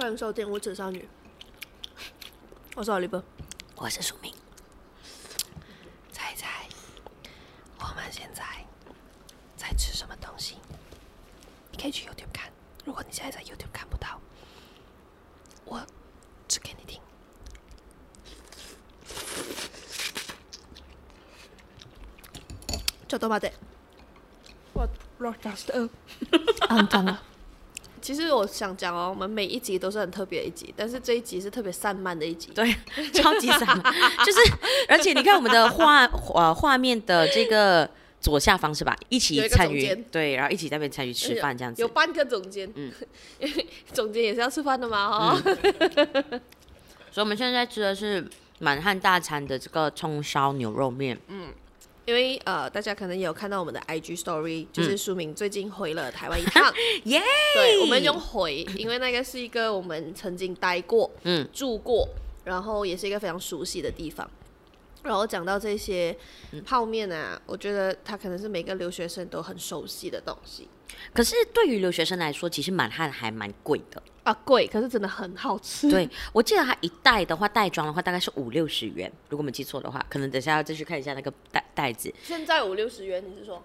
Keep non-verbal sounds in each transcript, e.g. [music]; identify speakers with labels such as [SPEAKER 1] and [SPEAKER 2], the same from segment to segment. [SPEAKER 1] 迎收听《无耻少女》，我是奥利弗。
[SPEAKER 2] 我是署名。猜猜，我们现在在吃什么东西？你可以去 YouTube 看。如果你现在在 YouTube 看不到，我指给你听。
[SPEAKER 1] ちょっと待って。我 r o c k s [laughs] t
[SPEAKER 2] 肮脏了。
[SPEAKER 1] 其实我想讲哦，我们每一集都是很特别的一集，但是这一集是特别散漫的一集。
[SPEAKER 2] 对，超级散 [laughs] 漫，就是而且你看我们的画 [laughs] 呃画面的这个左下方是吧？一
[SPEAKER 1] 有
[SPEAKER 2] 起
[SPEAKER 1] 一个
[SPEAKER 2] 参
[SPEAKER 1] 总
[SPEAKER 2] 与
[SPEAKER 1] 监
[SPEAKER 2] 对，然后一起在那边参与吃饭这样
[SPEAKER 1] 有
[SPEAKER 2] 子。
[SPEAKER 1] 半个总监，嗯， [laughs] 总监也是要吃饭的嘛，哦哈、
[SPEAKER 2] 所以我们现在吃的是满汉大餐的这个葱烧牛肉面。
[SPEAKER 1] 因为呃，大家可能也有看到我们的 IG Story，就是书明最近回了台湾一趟，
[SPEAKER 2] 耶、
[SPEAKER 1] 对，我们用回，因为那个是一个我们曾经待过、
[SPEAKER 2] 嗯
[SPEAKER 1] 住过，然后也是一个非常熟悉的地方。然后讲到这些泡面啊，我觉得它可能是每个留学生都很熟悉的东西
[SPEAKER 2] 可是对于留学生来说，其实满汉还蛮贵的。
[SPEAKER 1] 啊，贵，可是真的很好吃。 [laughs]
[SPEAKER 2] 对，我记得它一袋的话，袋装的话大概是五六十元，如果没记错的话，可能等一下要再去看一下那个袋袋子。
[SPEAKER 1] 现在五六十元，你是说？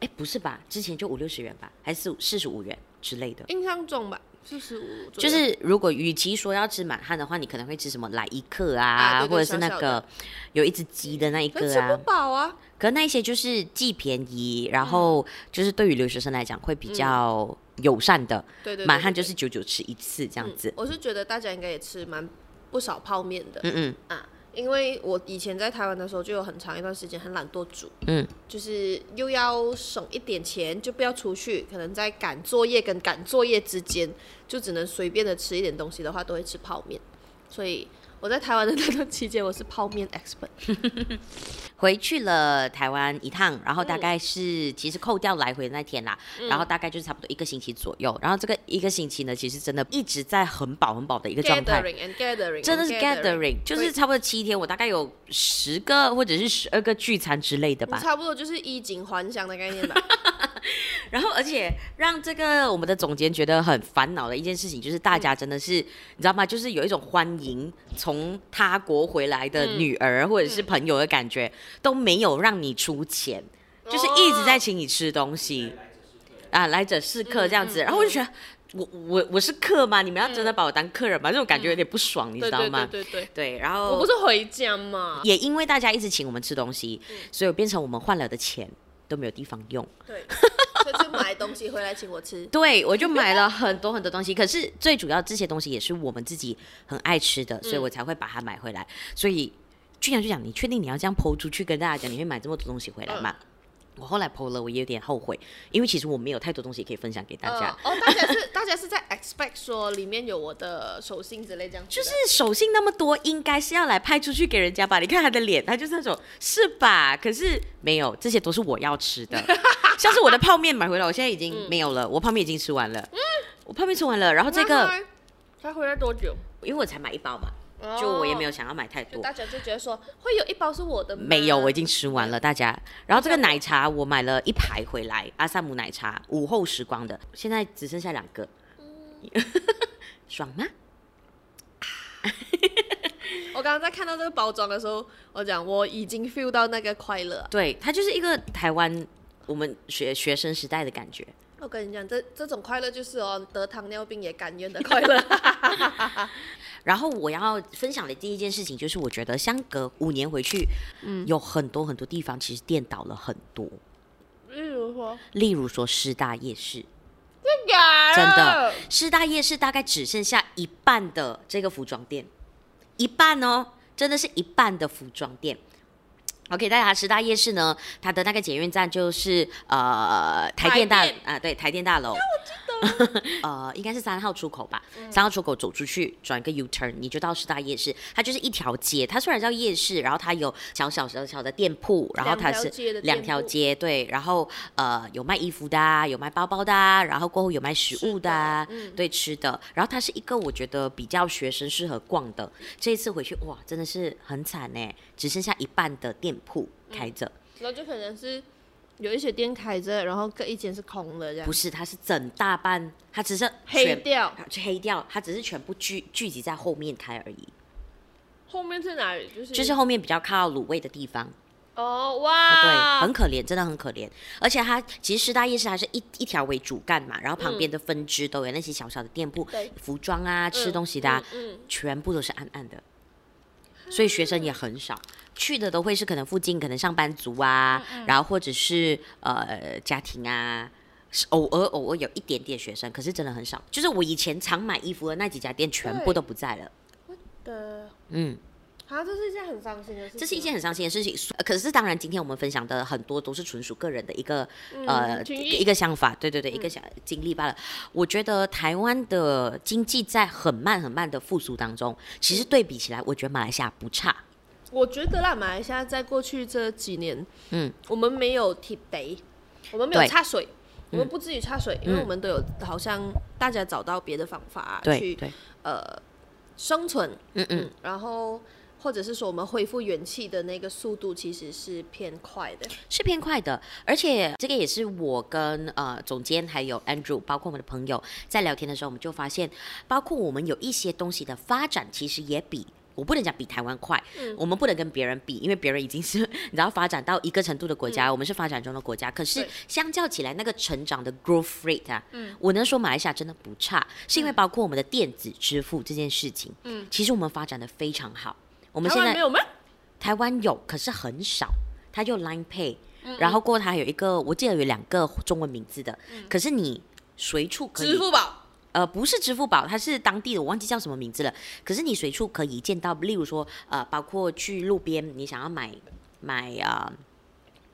[SPEAKER 2] 哎，不是吧？之前就五六十元吧，还是四十五元之类的。
[SPEAKER 1] 印象中吧，四十五，
[SPEAKER 2] 就是如果与其说要吃满汉的话，你可能会吃什么来一克啊，
[SPEAKER 1] 啊对对
[SPEAKER 2] 或者是那
[SPEAKER 1] 小小
[SPEAKER 2] 个
[SPEAKER 1] 的
[SPEAKER 2] 有一只鸡的那一
[SPEAKER 1] 可是
[SPEAKER 2] 个
[SPEAKER 1] 吃不
[SPEAKER 2] 啊。
[SPEAKER 1] 饱啊。
[SPEAKER 2] 可那一些就是既便宜，然
[SPEAKER 1] 嗯
[SPEAKER 2] 后就是对于留学生来讲会比较友善的。
[SPEAKER 1] 对对对
[SPEAKER 2] 满汉就是
[SPEAKER 1] 对
[SPEAKER 2] 久久吃一次这样子。
[SPEAKER 1] 嗯我是觉得大家应该也吃蛮不少泡面的，
[SPEAKER 2] 嗯嗯
[SPEAKER 1] 啊，因为我以前在台湾的时候，就有很长一段时间很懒惰煮，
[SPEAKER 2] 嗯，
[SPEAKER 1] 就是又要省一点钱，就不要出去，可能在赶作业跟赶作业之间，就只能随便的吃一点东西的话，都会吃泡面。所以我在台湾的那段期间，我是泡
[SPEAKER 2] [laughs]
[SPEAKER 1] 面 expert。
[SPEAKER 2] 回去了台湾一趟，然后大概是、其实扣掉来回那天啦，
[SPEAKER 1] 嗯
[SPEAKER 2] 然后大概就是差不多一个星期左右。然后这个一个星期呢，其实真的一直在很饱很饱的一个状态。
[SPEAKER 1] gathering and gathering，
[SPEAKER 2] 真的是
[SPEAKER 1] and
[SPEAKER 2] gathering，就是差不多七天，我大概有十个或者是十二个聚餐之类的
[SPEAKER 1] 对
[SPEAKER 2] 吧。
[SPEAKER 1] 差不多就是衣锦还乡的概念吧。
[SPEAKER 2] 然后，而且让这个我们的总监觉得很烦恼的一件事情，就是大家真的是，你知道吗？就是有一种欢迎从他国回来的女儿或者是朋友的感觉，都没有让你出钱，就是一直在请你吃东西，啊，来者是客这样子。然后我就觉得，我我我是客吗？你们要真的把我当客人吗？这种感觉有点不爽，你知
[SPEAKER 1] 对
[SPEAKER 2] 道
[SPEAKER 1] 对
[SPEAKER 2] 吗
[SPEAKER 1] 对？对对，
[SPEAKER 2] 对，然
[SPEAKER 1] 我
[SPEAKER 2] 后
[SPEAKER 1] 不是回家嘛？
[SPEAKER 2] 也因为大家一直请我们吃东西，所以变成我们换了的钱都没有地方用。
[SPEAKER 1] 对，所 [laughs] 以就买东西回来请我吃。
[SPEAKER 2] 对，我就买了很多很多东 [laughs] 西，可是最主要这些东西也是我们自己很爱吃的，所以我才会把它买回来。所以俊阳就讲，你确定你要这样剖出去跟大家讲，你会买这么多东西回来吗？我后来剖了，我也有点后悔，因为其实我没有太多东西可以分享给大家。
[SPEAKER 1] 呃、哦，大家是 [laughs] 大家是在 expect 说里面有我的手信之类这样子
[SPEAKER 2] 就
[SPEAKER 1] 的，
[SPEAKER 2] 是手信那么多，应该是要来派出去给人家吧？你看他的脸，他就是那种是吧？可是没有，这些都是我要吃的。像是我的泡面买回来，我现在已经没有了，我泡面已经吃完了。我泡面吃完了，然后这
[SPEAKER 1] 那
[SPEAKER 2] 个
[SPEAKER 1] 他他回来多久？
[SPEAKER 2] 因为我才买一包嘛，
[SPEAKER 1] 哦
[SPEAKER 2] 就我也没有，想要买太
[SPEAKER 1] 就
[SPEAKER 2] 多。
[SPEAKER 1] 大家就觉得说会有一包是我的吗，
[SPEAKER 2] 没有，我已经吃完了，大家。然后这个奶茶我买了一排回来，阿萨姆奶茶，午后时光的，现在只剩下两个， [laughs] 爽吗？
[SPEAKER 1] 我刚刚在看到这个包装的时候，我讲我已经 feel 到那个快乐啊。
[SPEAKER 2] 对，它就是一个台湾我们学学生时代的感觉。
[SPEAKER 1] 我跟你讲，这这种快乐就是哦，得糖尿病也甘愿的快
[SPEAKER 2] [laughs]
[SPEAKER 1] 乐。
[SPEAKER 2] 然后我要分享的第一件事情就是，我觉得相隔五年回去，
[SPEAKER 1] 嗯
[SPEAKER 2] 有很多很多地方其实颠倒了很多，
[SPEAKER 1] 例如说，
[SPEAKER 2] 例如说师大夜市，
[SPEAKER 1] 真假
[SPEAKER 2] 真的，师大夜市大概只剩下一半的这个服装店，一半哦，真的是一半的服装店。OK，大家师大夜市呢，它的那个捷运站就是呃台电大
[SPEAKER 1] 台电
[SPEAKER 2] 啊、对，台电大
[SPEAKER 1] [laughs]
[SPEAKER 2] 楼。呃，应该是三号出口吧，
[SPEAKER 1] 嗯
[SPEAKER 2] 三、号出口走出去转个 U turn，你就到师大夜市。它就是一条街，它虽然叫夜市，然后它有小小小小的店铺，然后它
[SPEAKER 1] 两条
[SPEAKER 2] 是
[SPEAKER 1] 街的店
[SPEAKER 2] 两条
[SPEAKER 1] 铺
[SPEAKER 2] 街，对，然后呃有卖衣服的、啊，有卖包包的、啊，然后过后有卖食物的、啊，
[SPEAKER 1] 嗯
[SPEAKER 2] 对，吃的。然后它是一个我觉得比较学生适合逛的。这一次回去哇，欸
[SPEAKER 1] 嗯
[SPEAKER 2] 真的是很惨呢，只剩下一半的店铺开着。
[SPEAKER 1] 然后就可能是有一些店开着，然后各一间是空的这样
[SPEAKER 2] 不。是，它是整大半，它只是
[SPEAKER 1] 黑
[SPEAKER 2] 全
[SPEAKER 1] 掉，
[SPEAKER 2] 啊黑掉，它只是全部聚聚集在后面开而已，
[SPEAKER 1] 嗯后面是哪里？就是
[SPEAKER 2] 就是哦后面比较靠卤味的地方。
[SPEAKER 1] 哦
[SPEAKER 2] 对，
[SPEAKER 1] 哇，
[SPEAKER 2] 很可怜，真的很可怜。而且它其实师大夜市还是一一条为主干嘛，然后旁边的分支都有那些小小的店铺，
[SPEAKER 1] 嗯对
[SPEAKER 2] 服装啊、吃
[SPEAKER 1] 嗯
[SPEAKER 2] 东西的、啊，
[SPEAKER 1] 嗯，
[SPEAKER 2] 全部都是暗暗的，所以学生也很少。去的都会是可能附近可能上班族啊，
[SPEAKER 1] 嗯
[SPEAKER 2] 然后或者是呃家庭啊，是偶尔偶尔有一点点学生，可是真的很少。就是我以前常买衣服的那几家店全部
[SPEAKER 1] 对
[SPEAKER 2] 都不在了，
[SPEAKER 1] 嗯的，
[SPEAKER 2] 嗯，
[SPEAKER 1] 啊，这是一件很伤心的事情，
[SPEAKER 2] 这是一件很伤心的事情。呃可是当然，今天我们分享的很多都是纯属个人的一个
[SPEAKER 1] 嗯
[SPEAKER 2] 呃
[SPEAKER 1] 群
[SPEAKER 2] 一
[SPEAKER 1] 益嗯
[SPEAKER 2] 个一个想法，对对对，一个想经历罢了。我觉得台湾的经济在很慢很慢的复苏当中，
[SPEAKER 1] 嗯
[SPEAKER 2] 其实对比起来，我觉得马来西亚不差。
[SPEAKER 1] 我觉得啦，马来西亚在过去这几年，
[SPEAKER 2] 嗯，
[SPEAKER 1] 我们没有提得，我们没有
[SPEAKER 2] 对嗯
[SPEAKER 1] 插水，我们不至于插水，因为我们都有好像大家找到别的方法、啊
[SPEAKER 2] 对
[SPEAKER 1] 去
[SPEAKER 2] 对，
[SPEAKER 1] 呃生存，
[SPEAKER 2] 嗯嗯，
[SPEAKER 1] 然后或者是说我们恢复元气的那个速度其实是偏快的，
[SPEAKER 2] 是偏快的。而且这个也是我跟呃总监还有 Andrew，包括我们的朋友在聊天的时候，我们就发现，包括我们有一些东西的发展，其实也比。我不能讲比台湾快，
[SPEAKER 1] 嗯
[SPEAKER 2] 我们不能跟别人比，因为别人已经是你知道发展到一个程度的国家，我们是发展中的国家。可是
[SPEAKER 1] 嗯对嗯
[SPEAKER 2] 相较起来，那个成长的 growth rate 啊，我能说马来西亚真的不差，是因为包括我们的电子支付这件事情，
[SPEAKER 1] 嗯
[SPEAKER 2] 其实我们发展的非常好。我
[SPEAKER 1] 我
[SPEAKER 2] 们现在
[SPEAKER 1] 啊没有吗？
[SPEAKER 2] 台湾有，可是很少。它
[SPEAKER 1] 嗯
[SPEAKER 2] 就 Line Pay，、然后过后它还有一个，我记得有两个中文名字的，可是你随处可
[SPEAKER 1] 嗯支
[SPEAKER 2] 以，
[SPEAKER 1] 付宝
[SPEAKER 2] 呃，不是支付宝，它是当地的，我忘记叫什么名字了。可是你随处可以见到，例如说，呃，包括去路边，你想要买买啊。呃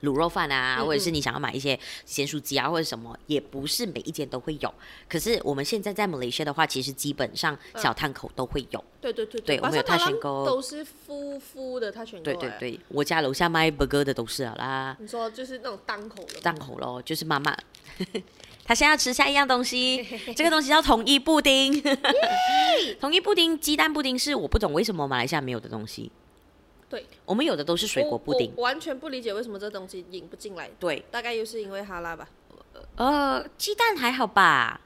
[SPEAKER 2] 卤肉饭啊，
[SPEAKER 1] 嗯
[SPEAKER 2] 或者是你想要买一些咸酥鸡啊，或者什么，也不是每一间都会有。可是我们现在在马来西亚的话，其实基本上
[SPEAKER 1] 嗯
[SPEAKER 2] 小摊口都会有。
[SPEAKER 1] 对对对
[SPEAKER 2] 对我
[SPEAKER 1] 巴
[SPEAKER 2] 们有
[SPEAKER 1] 沙马
[SPEAKER 2] 泰
[SPEAKER 1] 拉
[SPEAKER 2] 选购
[SPEAKER 1] 都是夫夫的，他选购、
[SPEAKER 2] 对
[SPEAKER 1] 欸，
[SPEAKER 2] 对，对，我家楼下卖 burger 的都是了啦。
[SPEAKER 1] 你说就是那种档口的吗，
[SPEAKER 2] 档口咯，就是妈 [laughs] 妈。她现在要吃下一样
[SPEAKER 1] [laughs]
[SPEAKER 2] 东西，这个东西叫统一布丁。 [laughs] 统一布丁，鸡蛋布丁是我不懂为什么马来西亚没有的东西，
[SPEAKER 1] 对，
[SPEAKER 2] 我们有的都是水果布丁
[SPEAKER 1] 我。我完全不理解为什么这东西引不进来，
[SPEAKER 2] 对，
[SPEAKER 1] 大概又是因为哈拉吧。
[SPEAKER 2] 呃，鸡蛋还好吧？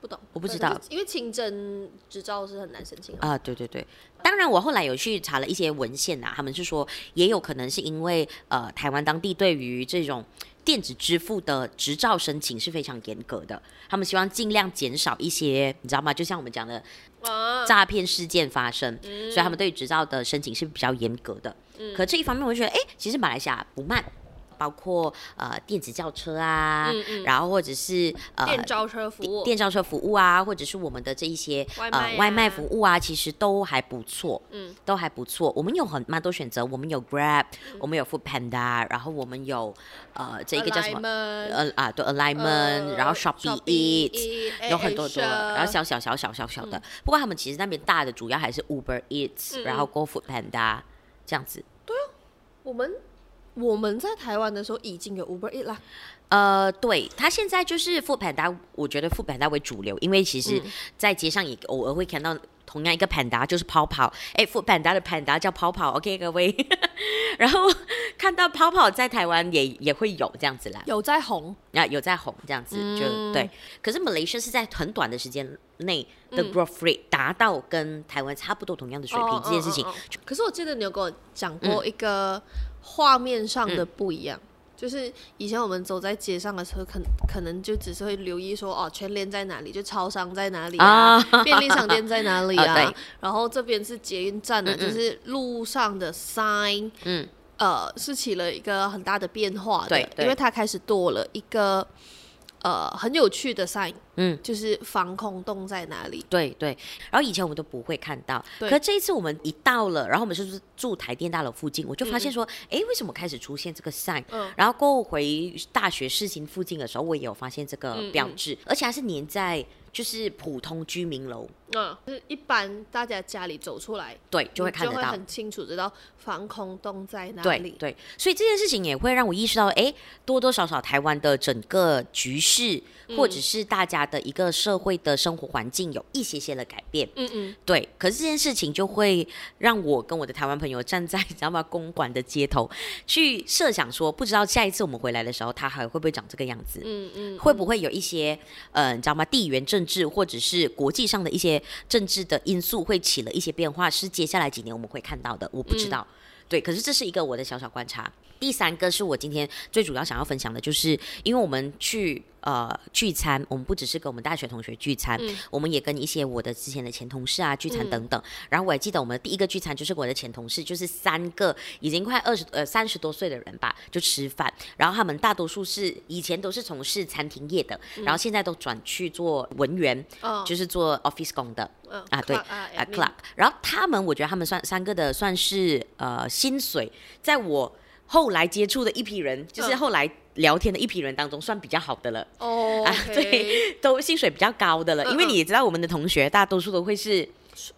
[SPEAKER 1] 不懂，
[SPEAKER 2] 我不知道，
[SPEAKER 1] 因为清真执照是很难申请的。
[SPEAKER 2] 啊、对对对，当然我后来有去查了一些文献啊，他们是说也有可能是因为呃台湾当地对于这种电子支付的执照申请是非常严格的，他们希望尽量减少一些，你知道吗？就像我们讲的
[SPEAKER 1] 啊，
[SPEAKER 2] [laughs] 诈骗事件发生，所以他们对于执照的申请是比较严格的。
[SPEAKER 1] 嗯
[SPEAKER 2] 可这一方面，我就觉得，哎，其实马来西亚不慢，包括呃电子轿车啊，然后或者是呃
[SPEAKER 1] 嗯电召车服务，
[SPEAKER 2] 电召车服务啊，或者是我们的这一些
[SPEAKER 1] 外卖啊
[SPEAKER 2] 呃外卖服务啊，其实都还不错，
[SPEAKER 1] 嗯，
[SPEAKER 2] 都还不错。我们有很蛮多选择，我们有 Grab，、我们有 Food Panda，然后我们有呃这一个叫什么？
[SPEAKER 1] Alignment，
[SPEAKER 2] 呃啊，对 Alignment，、
[SPEAKER 1] 呃
[SPEAKER 2] 然后 Shopee Eat，
[SPEAKER 1] Eat，
[SPEAKER 2] 有很多多
[SPEAKER 1] Asia
[SPEAKER 2] 了，然后小小小小小小的。不过他们其实那边大的主要还是 Uber Eats，、
[SPEAKER 1] 嗯
[SPEAKER 2] 然后 Go Food Panda 这样子。
[SPEAKER 1] 我们我们在台湾的时候已经有 Uber Eat 啦，
[SPEAKER 2] 呃，对，它现在就是 Food Panda，我觉得 Food Panda 为主流，因为其实在街上也偶尔会看到同样一个 Panda，就是泡泡。哎，Food Panda 的 Panda 叫泡泡，OK 各位。 [laughs] 然后看到泡泡在台湾也也会有这样子啦，
[SPEAKER 1] 有在红，
[SPEAKER 2] 啊，有在红这样子，就
[SPEAKER 1] 嗯
[SPEAKER 2] 对。可是 Malaysia 是在很短的时间内的 growth rate 达到跟台湾差不多同样的水平，
[SPEAKER 1] 哦
[SPEAKER 2] 这件事情。
[SPEAKER 1] 哦哦哦可是我记得你有跟我讲
[SPEAKER 2] 嗯
[SPEAKER 1] 过一个画面上的不一样。就是以前我们走在街上的时候，可可能就只是会留意说，哦，全联在哪里，就超商在哪里啊，便利商店在哪里
[SPEAKER 2] [laughs] 啊
[SPEAKER 1] 啊，
[SPEAKER 2] 对
[SPEAKER 1] 然后这边是捷运站的，就是路上的 sign，
[SPEAKER 2] 嗯，
[SPEAKER 1] 呃，是起了一个很大的变化的，
[SPEAKER 2] 对对
[SPEAKER 1] 因为它开始多了一个呃很有趣的 sign，
[SPEAKER 2] 嗯，
[SPEAKER 1] 就是防空洞在哪里，
[SPEAKER 2] 对对，然后以前我们都不会看到，
[SPEAKER 1] 对
[SPEAKER 2] 可这一次我们一到了，然后我们是住住台电大楼附近，我就发现说，哎、为什么开始出现这个 sign？、
[SPEAKER 1] 嗯
[SPEAKER 2] 然后过后回大学市情附近的时候，我也有发现这个
[SPEAKER 1] 嗯
[SPEAKER 2] 标志，而且还是粘在就是普通居民楼，
[SPEAKER 1] 嗯，就是一般大家家里走出来
[SPEAKER 2] 对，就会看
[SPEAKER 1] 你嗯
[SPEAKER 2] 得
[SPEAKER 1] 就会
[SPEAKER 2] 到。
[SPEAKER 1] 很清楚知道防空洞在哪
[SPEAKER 2] 对
[SPEAKER 1] 里，
[SPEAKER 2] 对，所以这件事情也
[SPEAKER 1] 嗯
[SPEAKER 2] 会让我意识到，哎，多多少少台湾的整个局势，或者是大家的一个社会的生活环境有一些些的改变。
[SPEAKER 1] 嗯嗯，
[SPEAKER 2] 对，可是这件事情就会让我跟我的台湾朋友站在你知道吗公馆的街头，去设想说，不知道下一次我们回来的时候，它还会不会长这个样子？嗯嗯，会不会有一些呃，你知道吗？地缘政治或者是国际上的一些政治的因素会起了一些变化，是接下来几年我们会看到的，我不知道。对，可是这是一个我的小小观察。第三个是我今天最主要想要分享的，就是因为我们去呃聚餐，我们不只是跟我们大学同学聚餐，我们也跟一些我的之前的前同事啊聚餐等等。然后我还记得我们第一个聚餐就是跟我的前同事，就是三个已经快二十呃三十多岁的人吧，就吃饭。然后他们大多数是以前都是从事餐厅业的，然后现在都转去做文员，
[SPEAKER 1] 嗯哦
[SPEAKER 2] 就是做 office 工的。
[SPEAKER 1] 嗯
[SPEAKER 2] 啊，对
[SPEAKER 1] Clark 啊
[SPEAKER 2] 啊
[SPEAKER 1] admin
[SPEAKER 2] ，Clark。然后他们，我觉得他们算三个的算是呃薪水，在我后来接触的一批人，就是
[SPEAKER 1] 嗯
[SPEAKER 2] 后来聊天的一批人当中，算比较好的了， [laughs]
[SPEAKER 1] 哦
[SPEAKER 2] 啊，对， [laughs] 都薪水比较高的了。因为
[SPEAKER 1] 嗯嗯
[SPEAKER 2] 你也知道，我们的同学大多数都会是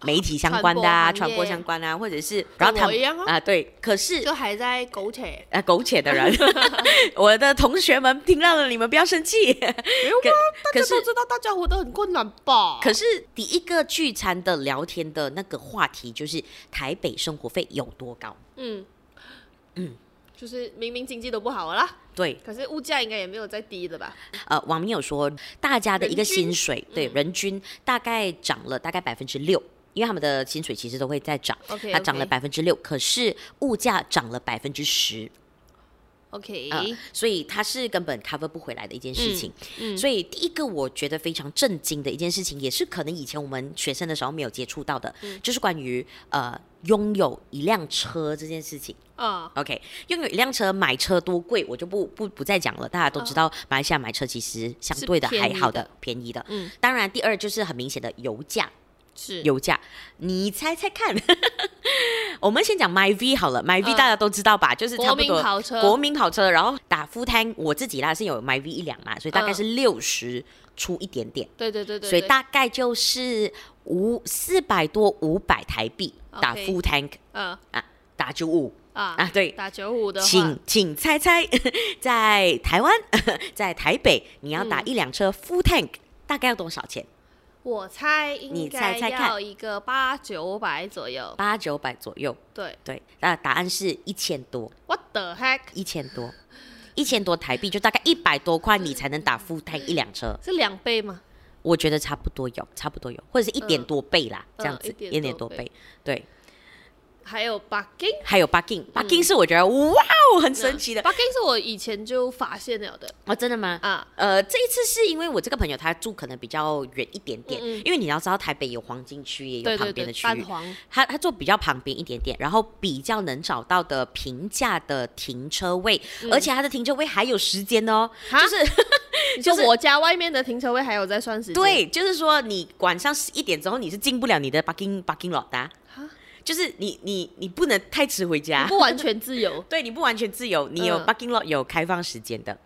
[SPEAKER 2] 媒体相关的啊，
[SPEAKER 1] 传
[SPEAKER 2] 传
[SPEAKER 1] 播行
[SPEAKER 2] 播
[SPEAKER 1] 业
[SPEAKER 2] 相关啊，或者是然后他
[SPEAKER 1] 我一样
[SPEAKER 2] 们
[SPEAKER 1] 哦
[SPEAKER 2] 啊，对，可是
[SPEAKER 1] 就还在苟且，
[SPEAKER 2] 呃苟且的
[SPEAKER 1] [laughs]
[SPEAKER 2] 人， [laughs] 我的同学们听到了，你们不要生气。
[SPEAKER 1] 没有吗？大
[SPEAKER 2] 可
[SPEAKER 1] 家
[SPEAKER 2] 是
[SPEAKER 1] 都知道，大家活得很困难吧？
[SPEAKER 2] 可是第一个聚餐的聊天的那个话题就是台北生活费有多高？
[SPEAKER 1] 嗯嗯，就是明明经济都不好了啦，
[SPEAKER 2] 对，
[SPEAKER 1] 可是物价应该也没有再低了吧？
[SPEAKER 2] 呃，网民有说大家的一个
[SPEAKER 1] 人均嗯
[SPEAKER 2] 薪水，对人均大概涨了大概百分之六。因为他们的薪水其实都会在涨
[SPEAKER 1] OK，
[SPEAKER 2] 它涨了
[SPEAKER 1] OK
[SPEAKER 2] 百分之六，可是物价涨了百分之十，
[SPEAKER 1] OK，、
[SPEAKER 2] 啊，所以它是根本 cover 不回来的一件事情。
[SPEAKER 1] 嗯嗯
[SPEAKER 2] 所以第一个我觉得非常震惊的一件事情，也是可能以前我们学生的时候没有接触到的，
[SPEAKER 1] 嗯
[SPEAKER 2] 就是关于呃拥有一辆车这件事情。
[SPEAKER 1] 啊，
[SPEAKER 2] OK，拥有一辆车，买车多贵，我就不不不再讲了。大家都知道，马来西亚买车其实相对的
[SPEAKER 1] 哦是
[SPEAKER 2] 还
[SPEAKER 1] 便宜
[SPEAKER 2] 好
[SPEAKER 1] 的
[SPEAKER 2] 的，便宜的。
[SPEAKER 1] 嗯，
[SPEAKER 2] 当然，第二就是很明显的油价，
[SPEAKER 1] 是
[SPEAKER 2] 油价，你猜猜看。 [laughs] 我们先讲 MyV 好了，MyV
[SPEAKER 1] 嗯
[SPEAKER 2] 大家都知道吧，就是差
[SPEAKER 1] 国
[SPEAKER 2] 不
[SPEAKER 1] 民
[SPEAKER 2] 多
[SPEAKER 1] 跑车
[SPEAKER 2] 国民跑车，然后打 full tank，我自己啦是有 MyV 一辆嘛，所以大概
[SPEAKER 1] 嗯
[SPEAKER 2] 是六十出一点点，
[SPEAKER 1] 对对对对，
[SPEAKER 2] 所以
[SPEAKER 1] 对
[SPEAKER 2] 大概就是五四百多五百台币打
[SPEAKER 1] OK
[SPEAKER 2] full tank
[SPEAKER 1] 嗯
[SPEAKER 2] 啊，打九五
[SPEAKER 1] 啊
[SPEAKER 2] 啊，对，
[SPEAKER 1] 打九五的话，
[SPEAKER 2] 请请猜猜， [laughs] 在台湾， [laughs] 在台北，你要
[SPEAKER 1] 嗯
[SPEAKER 2] 打一辆车 full tank，、大概要多少钱？
[SPEAKER 1] 我猜应
[SPEAKER 2] 你
[SPEAKER 1] 该
[SPEAKER 2] 猜猜看
[SPEAKER 1] 要一个八九百左右。
[SPEAKER 2] 八九百左右。
[SPEAKER 1] 对
[SPEAKER 2] 对，那答案是一千多，
[SPEAKER 1] ，What the heck？
[SPEAKER 2] 一千多，一千多台币，就大概一百多块，你才能打 full tank 一辆车。
[SPEAKER 1] 是两倍吗？
[SPEAKER 2] 我觉得差不多有，差不多有，或者是一点多倍啦，
[SPEAKER 1] 嗯
[SPEAKER 2] 这样子，
[SPEAKER 1] 嗯
[SPEAKER 2] 一
[SPEAKER 1] 一
[SPEAKER 2] 点
[SPEAKER 1] 点
[SPEAKER 2] 多
[SPEAKER 1] 多
[SPEAKER 2] 倍
[SPEAKER 1] 倍。
[SPEAKER 2] 对，
[SPEAKER 1] 还有 bugging，
[SPEAKER 2] 还有
[SPEAKER 1] 嗯
[SPEAKER 2] bugging，bugging、是我觉得哇哦，很神奇的。
[SPEAKER 1] bugging 是我以前就发现了的
[SPEAKER 2] 哦，真的吗？
[SPEAKER 1] 啊。
[SPEAKER 2] 呃，这一次是因为我这个朋友他住可能比较远一点点，
[SPEAKER 1] 嗯嗯
[SPEAKER 2] 因为你要知道台北有黄金区，也有
[SPEAKER 1] 对
[SPEAKER 2] 旁
[SPEAKER 1] 对
[SPEAKER 2] 边的
[SPEAKER 1] 对，
[SPEAKER 2] 区
[SPEAKER 1] 蛋
[SPEAKER 2] 域。
[SPEAKER 1] 黄
[SPEAKER 2] 他他住比较旁边一点点，然后比较能找到的平价的停车位，
[SPEAKER 1] 嗯
[SPEAKER 2] 而且他的停车位还有时间哦，
[SPEAKER 1] 哈
[SPEAKER 2] [laughs] 就是
[SPEAKER 1] 你
[SPEAKER 2] 就
[SPEAKER 1] 说
[SPEAKER 2] 是
[SPEAKER 1] 我家外面的停车位还有在算时间？，
[SPEAKER 2] 对，就是说你晚上十一点之后你是进不了你的 parking parking lot 的啊、
[SPEAKER 1] 哈
[SPEAKER 2] 就是你你你不能太迟回家，。
[SPEAKER 1] 不完全自由
[SPEAKER 2] 对，你不完全自由，你有
[SPEAKER 1] 嗯啊
[SPEAKER 2] parking lot 有开放时间的，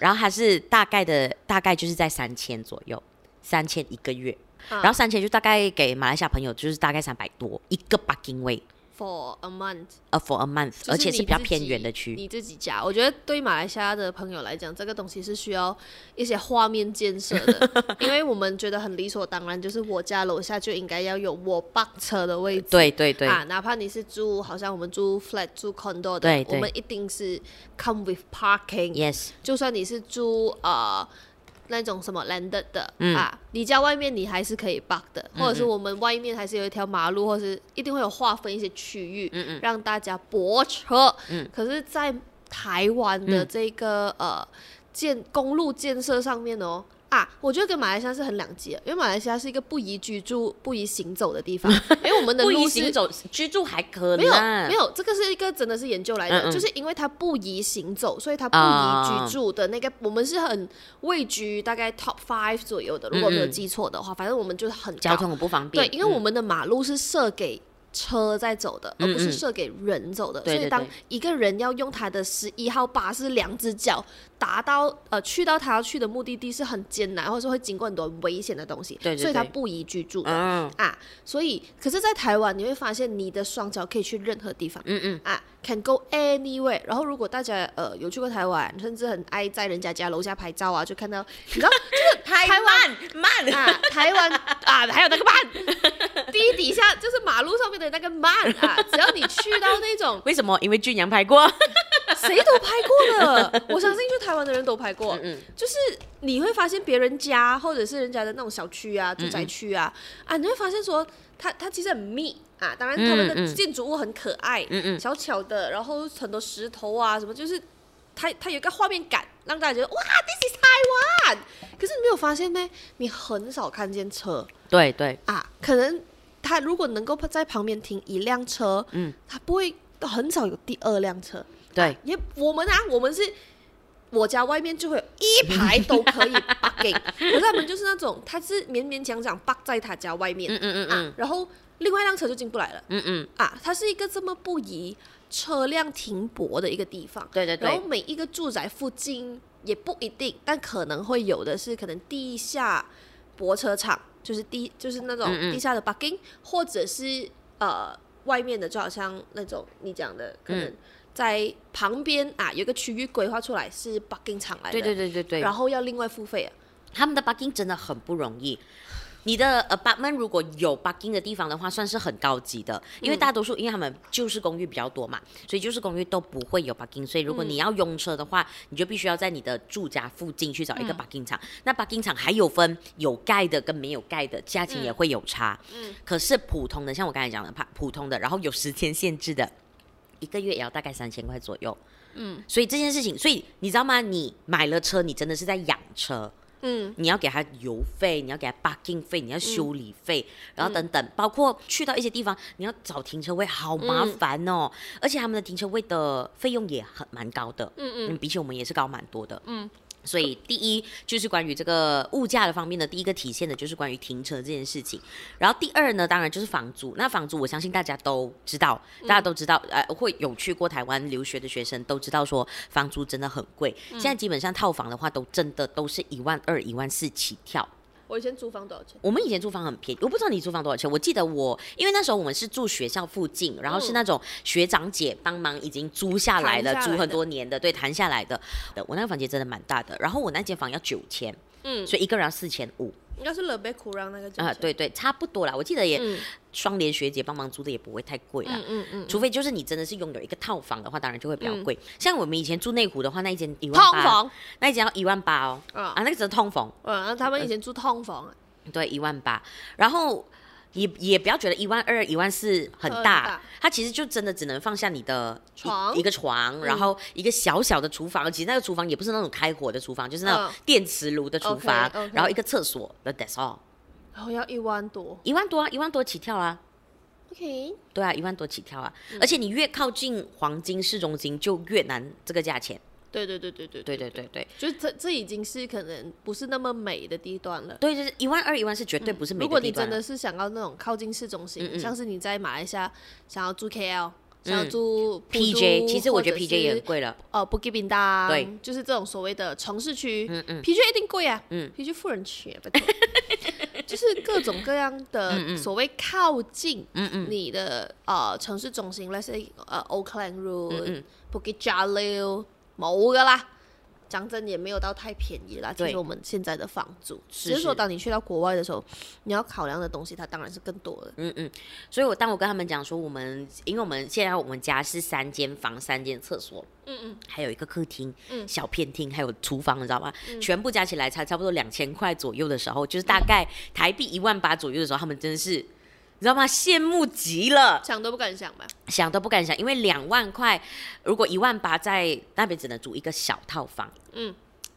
[SPEAKER 2] 然后它是大概的大概就是在三千左右，三千一个月，
[SPEAKER 1] 啊
[SPEAKER 2] 然后三千就大概给马来西亚朋友就是大概三百多一个 parking 位
[SPEAKER 1] For a month，
[SPEAKER 2] 呃 for a month，
[SPEAKER 1] 就
[SPEAKER 2] 而且
[SPEAKER 1] 你
[SPEAKER 2] 是比较
[SPEAKER 1] 自己
[SPEAKER 2] 偏远的区，
[SPEAKER 1] 你自己家，我觉得对马来西亚的朋友来讲，这个东西是需要一些画面建设
[SPEAKER 2] [laughs]
[SPEAKER 1] 的，因为我们觉得很理所当然，就是我家楼下就应该要有我爸车的位置。
[SPEAKER 2] 对对对、
[SPEAKER 1] 啊，哪怕你是住，好像我们住 flat 住 condo 的，
[SPEAKER 2] 对对
[SPEAKER 1] 我们一定是 come with parking。
[SPEAKER 2] y e s
[SPEAKER 1] 就算你是住呃那种什么 landed 的、
[SPEAKER 2] 嗯
[SPEAKER 1] 啊，你家外面你还是可以 park 的，或者是我们外面还是有一条马路，或者是一定会有划分一些区域，
[SPEAKER 2] 嗯
[SPEAKER 1] 让大家泊车。可是，在台湾
[SPEAKER 2] 嗯
[SPEAKER 1] 的这个、呃建公路建设上面哦。啊，我觉得跟马来西亚是很两极的，因为马来西亚是一个不宜居住、不宜行走的地
[SPEAKER 2] [laughs]
[SPEAKER 1] 方，因为我们的
[SPEAKER 2] 不
[SPEAKER 1] 路
[SPEAKER 2] 宜
[SPEAKER 1] 是
[SPEAKER 2] 行走居住还可啊
[SPEAKER 1] 没有
[SPEAKER 2] 啦
[SPEAKER 1] 没有，这个是一个真的是研究来的，
[SPEAKER 2] 嗯嗯
[SPEAKER 1] 就是因为它不宜行走，所以它不
[SPEAKER 2] 啊
[SPEAKER 1] 宜居住的那个，我们是很位居大概 top five 左右的，如果没有记错的话，反正我们就是很高
[SPEAKER 2] 嗯交通很不方便，
[SPEAKER 1] 对，因为我们的马路是设给。车在走的，而
[SPEAKER 2] 嗯
[SPEAKER 1] 不是设给人走的。
[SPEAKER 2] 对
[SPEAKER 1] 所
[SPEAKER 2] 对
[SPEAKER 1] 以，当
[SPEAKER 2] 对
[SPEAKER 1] 一个人要用他的十一号巴士两只脚达到呃去到他要去的目的地是很艰难，或者是会经过很多危险的东西。
[SPEAKER 2] 对对
[SPEAKER 1] 所以它
[SPEAKER 2] 对
[SPEAKER 1] 不宜居住的。
[SPEAKER 2] 嗯
[SPEAKER 1] 啊，所以可是，在台湾你会发现你的双脚可以去任何地方，
[SPEAKER 2] 嗯嗯
[SPEAKER 1] 啊，can go anywhere。然后如果大家呃有去过台湾，甚至很爱在人家家楼下拍照啊，就看到你知道，就是
[SPEAKER 2] 太
[SPEAKER 1] 台湾
[SPEAKER 2] 慢慢，
[SPEAKER 1] 啊，台湾 [laughs] 啊，还有那个慢，地底下就是马路上面的那个慢啊，只要你去到那种
[SPEAKER 2] 为什么？因为俊阳拍过，
[SPEAKER 1] 谁都拍过了，我相信就台湾的人都拍过。
[SPEAKER 2] 嗯
[SPEAKER 1] 就是你会发现别人家或者是人家的那种小区
[SPEAKER 2] 嗯
[SPEAKER 1] 啊、住宅区啊，啊，你会发现说它它其实很密啊，当然他们
[SPEAKER 2] 嗯
[SPEAKER 1] 的
[SPEAKER 2] 嗯
[SPEAKER 1] 建筑物很可爱，
[SPEAKER 2] 嗯嗯，
[SPEAKER 1] 小巧的，然后很多石头啊什么，就是它它有一个画面感，让大家觉得哇，this is 台湾。可是你没有发现呢，你很少看见车
[SPEAKER 2] 对对，
[SPEAKER 1] 啊，可能他如果能够在旁边停一辆车，
[SPEAKER 2] 嗯
[SPEAKER 1] 他不会很少有第二辆车。
[SPEAKER 2] 对，
[SPEAKER 1] 也我们啊，我们是我家外面就会有一排都可
[SPEAKER 2] [laughs]
[SPEAKER 1] 以 bugging，可是他们就是那种他是勉勉强强 bug 在他家外面、
[SPEAKER 2] 嗯嗯嗯
[SPEAKER 1] 啊
[SPEAKER 2] 嗯，
[SPEAKER 1] 然后另外一辆车就进不来了
[SPEAKER 2] 嗯嗯，
[SPEAKER 1] 啊，它是一个这么不宜车辆停泊的一个地方，
[SPEAKER 2] 对对
[SPEAKER 1] 然
[SPEAKER 2] 对
[SPEAKER 1] 后，每一个住宅附近也不一定，但可能会有的是可能地下泊车场，就是地就是那种
[SPEAKER 2] 嗯嗯
[SPEAKER 1] 地下的 bugging，或者是呃外面的，就好像那种你讲的，可
[SPEAKER 2] 嗯
[SPEAKER 1] 能在旁边啊有一个区域规划出来是 bugging 场来的，
[SPEAKER 2] 对对对对对
[SPEAKER 1] 然，后要另外付费啊，
[SPEAKER 2] 他们的 bugging 真的很不容易。你的 apartment 如果有 bugging 的地方的话，算是很高级的，因
[SPEAKER 1] 嗯
[SPEAKER 2] 为大多数因为他们就是公寓比较多嘛，所以就是公寓都不会有 bugging。所以
[SPEAKER 1] 嗯
[SPEAKER 2] 如果你要用车的话，你就必须要在你的住家附近去找
[SPEAKER 1] 嗯
[SPEAKER 2] 一个 bugging 场。那 bugging 场还有分有盖的跟没有盖的，价钱也会有差。
[SPEAKER 1] 嗯
[SPEAKER 2] 可是普通的，像我刚才讲的，怕普通的，然后有时间限制的，一个月也要大概三千块左右。
[SPEAKER 1] 嗯
[SPEAKER 2] 所以这件事情，所以你知道吗？你买了车，你真的是在养车。
[SPEAKER 1] 嗯
[SPEAKER 2] 你要给他油费，你要给他 parking 费，你要修理费，
[SPEAKER 1] 嗯
[SPEAKER 2] 然后等等，包括去到一些地方，你要找停车位，好麻烦哦。而且他们的停车位的费用也很蛮高的，
[SPEAKER 1] 嗯
[SPEAKER 2] 嗯，比起我们也是高蛮多的，
[SPEAKER 1] 嗯。
[SPEAKER 2] 所以第一就是关于这个物价的方面呢，第一个体现的就是关于停车这件事情。然后第二呢，当然就是房租。那房租我相信大家都知道，大家都知道，
[SPEAKER 1] 嗯
[SPEAKER 2] 呃，会有去过台湾留学的学生都知道说房租真的很贵。
[SPEAKER 1] 嗯
[SPEAKER 2] 现在基本上套房的话，都真的都是一万二、一万四起跳。
[SPEAKER 1] 我以前租房多少钱？
[SPEAKER 2] 我们以前租房很便宜，我不知道你租房多少钱。我记得我，因为那时候我们是住学校附近，然后是那种学长姐帮忙已经租下来了，
[SPEAKER 1] 谈下来的
[SPEAKER 2] 租很多年的，对，谈下来的。我那个房间真的蛮大的，然后我那间房要九千，
[SPEAKER 1] 嗯，
[SPEAKER 2] 所以一个人要四千五
[SPEAKER 1] 应该是勒贝库让那个价
[SPEAKER 2] 啊，
[SPEAKER 1] 钱，
[SPEAKER 2] 对对，差不多啦。我记得也、
[SPEAKER 1] 嗯
[SPEAKER 2] 双联学姐帮忙租的也不会太贵啦。
[SPEAKER 1] 嗯嗯嗯，
[SPEAKER 2] 除非就是你真的是拥有一个套房的话，当然就会比较贵。像我们以前住内湖的话，那一间一万
[SPEAKER 1] 通
[SPEAKER 2] 八，
[SPEAKER 1] 房
[SPEAKER 2] 那一间要一万八哦，
[SPEAKER 1] 啊
[SPEAKER 2] 啊，那个只是通房，
[SPEAKER 1] 啊，他
[SPEAKER 2] 呃
[SPEAKER 1] 们以前住通房啊，
[SPEAKER 2] 对，一万八，然后也也不要觉得一万二、一万四很
[SPEAKER 1] 很
[SPEAKER 2] 大
[SPEAKER 1] 大，
[SPEAKER 2] 它其实就真的只能放下你的一
[SPEAKER 1] 床嗯
[SPEAKER 2] 一个床，然后一个小小的厨房，其实那个厨房也不是那种开火的厨房，就是那
[SPEAKER 1] 嗯
[SPEAKER 2] 种电磁炉的厨房，
[SPEAKER 1] OK，OK
[SPEAKER 2] 然后一个厕所那 that's all，
[SPEAKER 1] 然后要一万多
[SPEAKER 2] 一万多啊，一万多起跳啊。
[SPEAKER 1] ，OK，
[SPEAKER 2] 对啊，一万多起跳啊！
[SPEAKER 1] 嗯
[SPEAKER 2] 而且你越靠近黄金市中心，就越难这个价钱。
[SPEAKER 1] 对对对对对
[SPEAKER 2] 对对对对，
[SPEAKER 1] 就这这已经是可能不是那么美的地段了。
[SPEAKER 2] 对就是一万二、一万是绝对不是每
[SPEAKER 1] 嗯如果
[SPEAKER 2] 个
[SPEAKER 1] 你
[SPEAKER 2] 地段
[SPEAKER 1] 真
[SPEAKER 2] 啊、
[SPEAKER 1] 的是想要那种靠近市中心，
[SPEAKER 2] 嗯嗯
[SPEAKER 1] 像是你在马来西亚想要住 KL，、想
[SPEAKER 2] 嗯
[SPEAKER 1] 要住
[SPEAKER 2] PJ，其实我觉得 PJ 也很
[SPEAKER 1] 也
[SPEAKER 2] 贵了。
[SPEAKER 1] 呃不给饼当，
[SPEAKER 2] 对，
[SPEAKER 1] 就是这种所谓的城市区、
[SPEAKER 2] 嗯嗯
[SPEAKER 1] p j 一定贵啊，
[SPEAKER 2] 嗯
[SPEAKER 1] p j 富人区也不错， [laughs] 就是各种各样的所谓靠近
[SPEAKER 2] 嗯嗯。
[SPEAKER 1] 你的呃城市中心，那些呃 Oakland
[SPEAKER 2] 嗯
[SPEAKER 1] Road、Bukit Jalil 冇噶啦。讲真，也没有到太便宜啦。
[SPEAKER 2] 对
[SPEAKER 1] 其实我们现在的房租，
[SPEAKER 2] 是
[SPEAKER 1] 只是说
[SPEAKER 2] 是
[SPEAKER 1] 当你去到国外的时候，你要考量的东西，它当然是更多的。
[SPEAKER 2] 嗯嗯，所以我当我跟他们讲说，我们因为我们现在我们家是三间房、三间厕所，
[SPEAKER 1] 嗯嗯，
[SPEAKER 2] 还有一个客厅、
[SPEAKER 1] 嗯
[SPEAKER 2] 小偏厅，还有厨房，你知道吗？全部加起来才差不多两千块左右的时候，就是大概台币一万八左右的时候，他们真的是，你知道吗？羡慕极了，
[SPEAKER 1] 想都不敢想吧。
[SPEAKER 2] 想都不敢想，因为两万块，如果一万八在那边只能租一个小套房，
[SPEAKER 1] 嗯。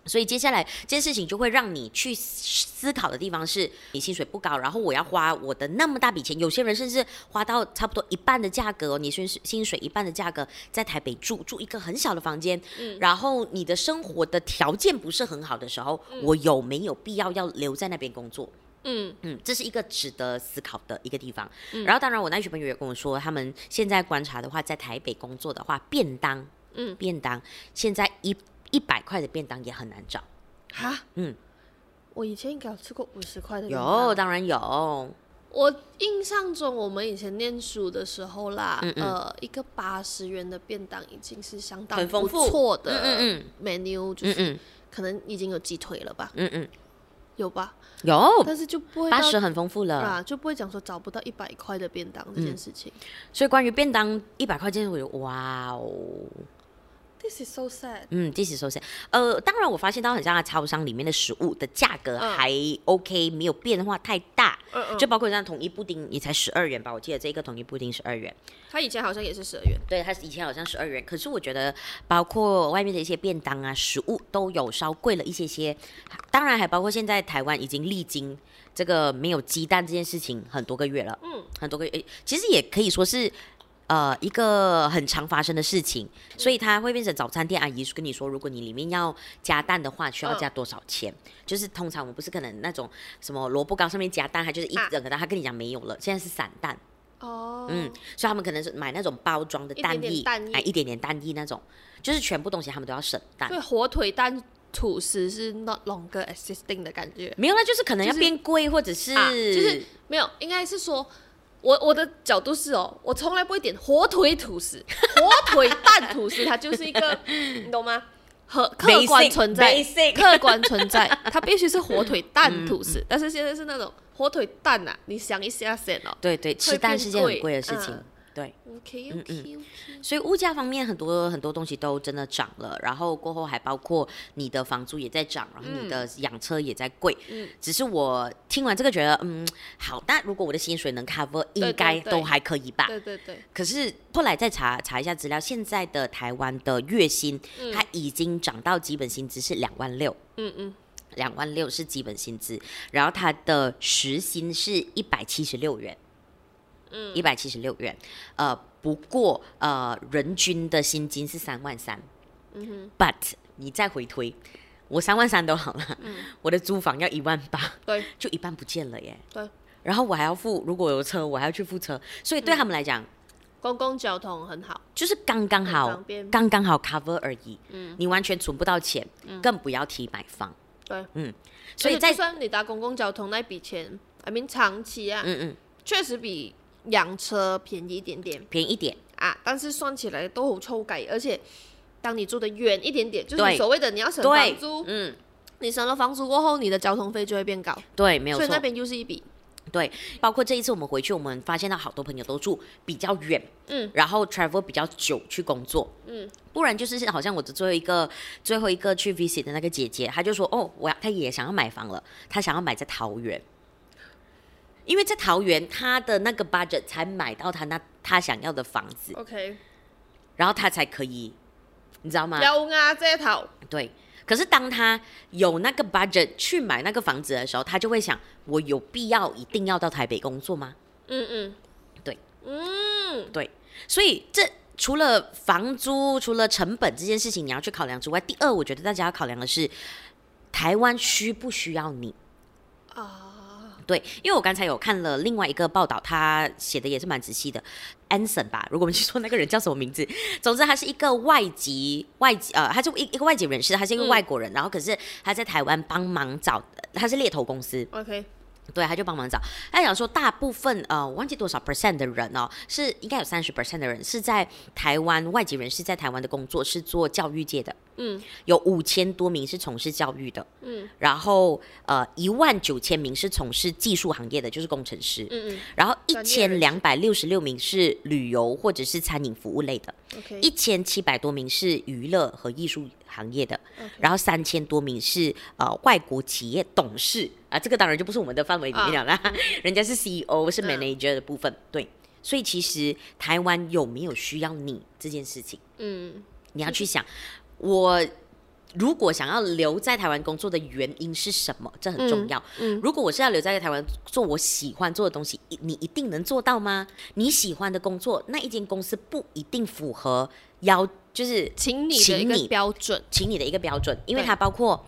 [SPEAKER 2] 所以接下来这件事情就会让你去思思考的地方是，你薪水不高，然后我要花我的那么大笔钱，有些人甚至花到差不多一半的价格哦，你薪水薪水一半的价格在台北住住一个很小的房间，然后你的生活的条件不是很好的时候，我有没有必要要留在那边工作？
[SPEAKER 1] 嗯
[SPEAKER 2] 嗯，这是一个值得思考的一个地方。然后，当然，我那群朋友也跟我说，他们现在观察的话，在台北工作的话，便当，
[SPEAKER 1] 嗯
[SPEAKER 2] 便当现在一一百块的便当也很难找。
[SPEAKER 1] 哈，
[SPEAKER 2] 嗯，
[SPEAKER 1] 我以前应该有吃过五十块的。
[SPEAKER 2] 有，，当然有，
[SPEAKER 1] 我印象中我们以前念书的时候啦，
[SPEAKER 2] 嗯嗯
[SPEAKER 1] 呃，一个八十元的便当已经是相当
[SPEAKER 2] 很丰
[SPEAKER 1] 不
[SPEAKER 2] 富
[SPEAKER 1] 错
[SPEAKER 2] 嗯
[SPEAKER 1] 的
[SPEAKER 2] 嗯
[SPEAKER 1] menu，就
[SPEAKER 2] 嗯
[SPEAKER 1] 是
[SPEAKER 2] 嗯
[SPEAKER 1] 可能已经有鸡腿了吧。
[SPEAKER 2] 嗯嗯，
[SPEAKER 1] 有吧？
[SPEAKER 2] 有
[SPEAKER 1] 但是就不会到
[SPEAKER 2] 八十很丰富了。
[SPEAKER 1] 啊，就不会讲说找不到一百块的便当这件事情。
[SPEAKER 2] 所以关于便当一百块钱，我就哇哦，
[SPEAKER 1] This is so sad。
[SPEAKER 2] 嗯，第十收钱。呃，当然我发现到很像超商里面的食物的价格
[SPEAKER 1] 嗯
[SPEAKER 2] 还 OK，、没有变化太大。
[SPEAKER 1] 嗯嗯，
[SPEAKER 2] 就包括像统一布丁，也才十二元吧，我记得这个统一布丁十二元。
[SPEAKER 1] 他以前好像也是十二元。
[SPEAKER 2] 对，它以前好像十二元，可是我觉得包括外面的一些便当啊、食物都有稍贵了一些些，当然还包括现在台湾已经历经这个没有鸡蛋这件事情很多个月了，
[SPEAKER 1] 嗯，
[SPEAKER 2] 很多个月，诶其实也可以说是。呃，一个很常发生的事情，
[SPEAKER 1] 嗯
[SPEAKER 2] 所以它会变成早餐店阿姨跟你说，如果你里面要加蛋的话，需要
[SPEAKER 1] 嗯
[SPEAKER 2] 加多少钱？就是通常我们不是可能那种什么萝卜糕上面加蛋，它就是一
[SPEAKER 1] 啊
[SPEAKER 2] 整个蛋，它跟你讲没有了，现在是散蛋。
[SPEAKER 1] 哦，
[SPEAKER 2] 嗯，所以他们可能是买那种包装的
[SPEAKER 1] 一点
[SPEAKER 2] 蛋
[SPEAKER 1] 点
[SPEAKER 2] 液，
[SPEAKER 1] 蛋液
[SPEAKER 2] 哎，一点点蛋液那种，就是全部东西他们都要省蛋。
[SPEAKER 1] 对，火腿蛋吐司是 not longer existing 的感觉。
[SPEAKER 2] 没有啦，就是可能要
[SPEAKER 1] 就是
[SPEAKER 2] 变贵，或者是、
[SPEAKER 1] 啊就是没有，应该是说，我我的角度是哦，我从来不会点火腿吐司，
[SPEAKER 2] [laughs]
[SPEAKER 1] 火腿蛋吐司，它就是一个，你懂吗？和客观
[SPEAKER 2] Basic，
[SPEAKER 1] 存在
[SPEAKER 2] basic
[SPEAKER 1] 客观存在，它必须是火腿蛋吐
[SPEAKER 2] 嗯
[SPEAKER 1] 司。但是现在是那种火腿蛋呐、啊，你想一下先哦。
[SPEAKER 2] 对对，吃
[SPEAKER 1] 会
[SPEAKER 2] 蛋
[SPEAKER 1] 变
[SPEAKER 2] 是件很
[SPEAKER 1] 贵
[SPEAKER 2] 贵的事情。
[SPEAKER 1] 嗯
[SPEAKER 2] 对，
[SPEAKER 1] OK OK OK，
[SPEAKER 2] 所以物价方面很多很多东西都真的涨了，然后过后还包括你的房租也在涨，然后你的养车也在贵。
[SPEAKER 1] 嗯
[SPEAKER 2] 只是我听完这个觉得，嗯，好，那如果我的薪水能 cover，
[SPEAKER 1] 对
[SPEAKER 2] 应该
[SPEAKER 1] 对
[SPEAKER 2] 都还可以吧。
[SPEAKER 1] 对对对，
[SPEAKER 2] 可是后来再查查一下资料，现在的台湾的月薪，它已经涨到基本薪资是两万六，
[SPEAKER 1] 嗯嗯，
[SPEAKER 2] 两万六是基本薪资，然后它的时薪是一百七十六元，嗯，一百七十六元，呃，不过呃，人均的薪金是三万三，嗯哼，but 你再回推，我三万三都好了， [laughs] 我的租房要一万八，
[SPEAKER 1] 对
[SPEAKER 2] 就一半不见了耶，
[SPEAKER 1] 对，
[SPEAKER 2] 然后我还要付，如果有车，我还要去付车，所以对他们来讲。
[SPEAKER 1] 公共交通很好，
[SPEAKER 2] 就是刚刚
[SPEAKER 1] 很
[SPEAKER 2] 好
[SPEAKER 1] 方便，
[SPEAKER 2] 刚刚好 cover 而已。嗯，你完全存不到钱，更不要提买房。
[SPEAKER 1] 嗯对，
[SPEAKER 2] 嗯，所以
[SPEAKER 1] 而且
[SPEAKER 2] 在
[SPEAKER 1] 就算你搭公共交通那笔钱，I mean 长期啊，
[SPEAKER 2] 嗯嗯
[SPEAKER 1] 确实比养车便宜一点点。
[SPEAKER 2] 便宜一点，
[SPEAKER 1] 啊，但是算起来都好臭改，而且当你住的远一点点，就是
[SPEAKER 2] 对
[SPEAKER 1] 你所谓的你要省
[SPEAKER 2] 对
[SPEAKER 1] 房，租，
[SPEAKER 2] 嗯
[SPEAKER 1] 你省了房租过后，你的交通费就会变高，
[SPEAKER 2] 对，没有
[SPEAKER 1] 所以那
[SPEAKER 2] 错。
[SPEAKER 1] 边又是一笔。
[SPEAKER 2] 对，包括这一次我们回去，我们发现到好多朋友都住比较远，
[SPEAKER 1] 嗯，
[SPEAKER 2] 然后 travel 比较久去工作，嗯，不然就是好像我的最后一个最后一个去 visit 的那个姐姐，她就说哦，我要她也想要买房了，她想要买在桃园，因为在桃园她的那个 budget 才买到她那她想要的房子，
[SPEAKER 1] OK，
[SPEAKER 2] 然后他才可以，你知道吗？
[SPEAKER 1] 要啊这套，
[SPEAKER 2] 对。可是当他有那个 budget 去买那个房子的时候，他就会想：我有必要一定要到台北工作吗？
[SPEAKER 1] 嗯嗯，
[SPEAKER 2] 对，
[SPEAKER 1] 嗯，
[SPEAKER 2] 对，所以这除了房租、除了成本这件事情你要去考量之外，第二，我觉得大家要考量的是，台湾需不需要你？
[SPEAKER 1] 啊，
[SPEAKER 2] 对，因为我刚才有看了另外一个报道，他写的也是蛮仔细的，Anson 吧，如果我们去说那个人叫什么名字，总之他是一个外籍外籍呃，他是一一个外籍人士，他是一个
[SPEAKER 1] 嗯
[SPEAKER 2] 外国人，然后可是他在台湾帮忙找，呃他是猎头公司，
[SPEAKER 1] OK，
[SPEAKER 2] 对，他就帮忙找。他讲说，大部分呃，我忘记多少 percent 的人哦，是应该有三十 percent 的人是在台湾外籍人士在台湾的工作是做教育界的，
[SPEAKER 1] 嗯，
[SPEAKER 2] 有五千多名是从事教育的，
[SPEAKER 1] 嗯，
[SPEAKER 2] 然后呃一万九千名是从事技术行业的，就是工程师，
[SPEAKER 1] 嗯
[SPEAKER 2] 然后一
[SPEAKER 1] 专业
[SPEAKER 2] 千
[SPEAKER 1] 人
[SPEAKER 2] 两百六十六名是旅游或者是餐饮服务类的，
[SPEAKER 1] 嗯，OK，
[SPEAKER 2] 一千七百多名是娱乐和艺术行业的
[SPEAKER 1] OK
[SPEAKER 2] 然后三千多名是呃外国企业董事啊，这个当然就不是我们的范围里面了啦，
[SPEAKER 1] 啊
[SPEAKER 2] [laughs] 人家是 CEO 是
[SPEAKER 1] 嗯
[SPEAKER 2] manager 的部分，对，所以其实台湾有没有需要你这件事情，
[SPEAKER 1] 嗯，
[SPEAKER 2] 你要去想，我如果想要留在台湾工作的原因是什么，这很重要。
[SPEAKER 1] 嗯
[SPEAKER 2] 如果我是要留在台湾做我喜欢做的东西，一你一定能做到吗？你喜欢的工作，那一间公司不一定符合要就是
[SPEAKER 1] 请你的一
[SPEAKER 2] 请你
[SPEAKER 1] 个标准，
[SPEAKER 2] 请你的一个标准，因为
[SPEAKER 1] 对
[SPEAKER 2] 它包括。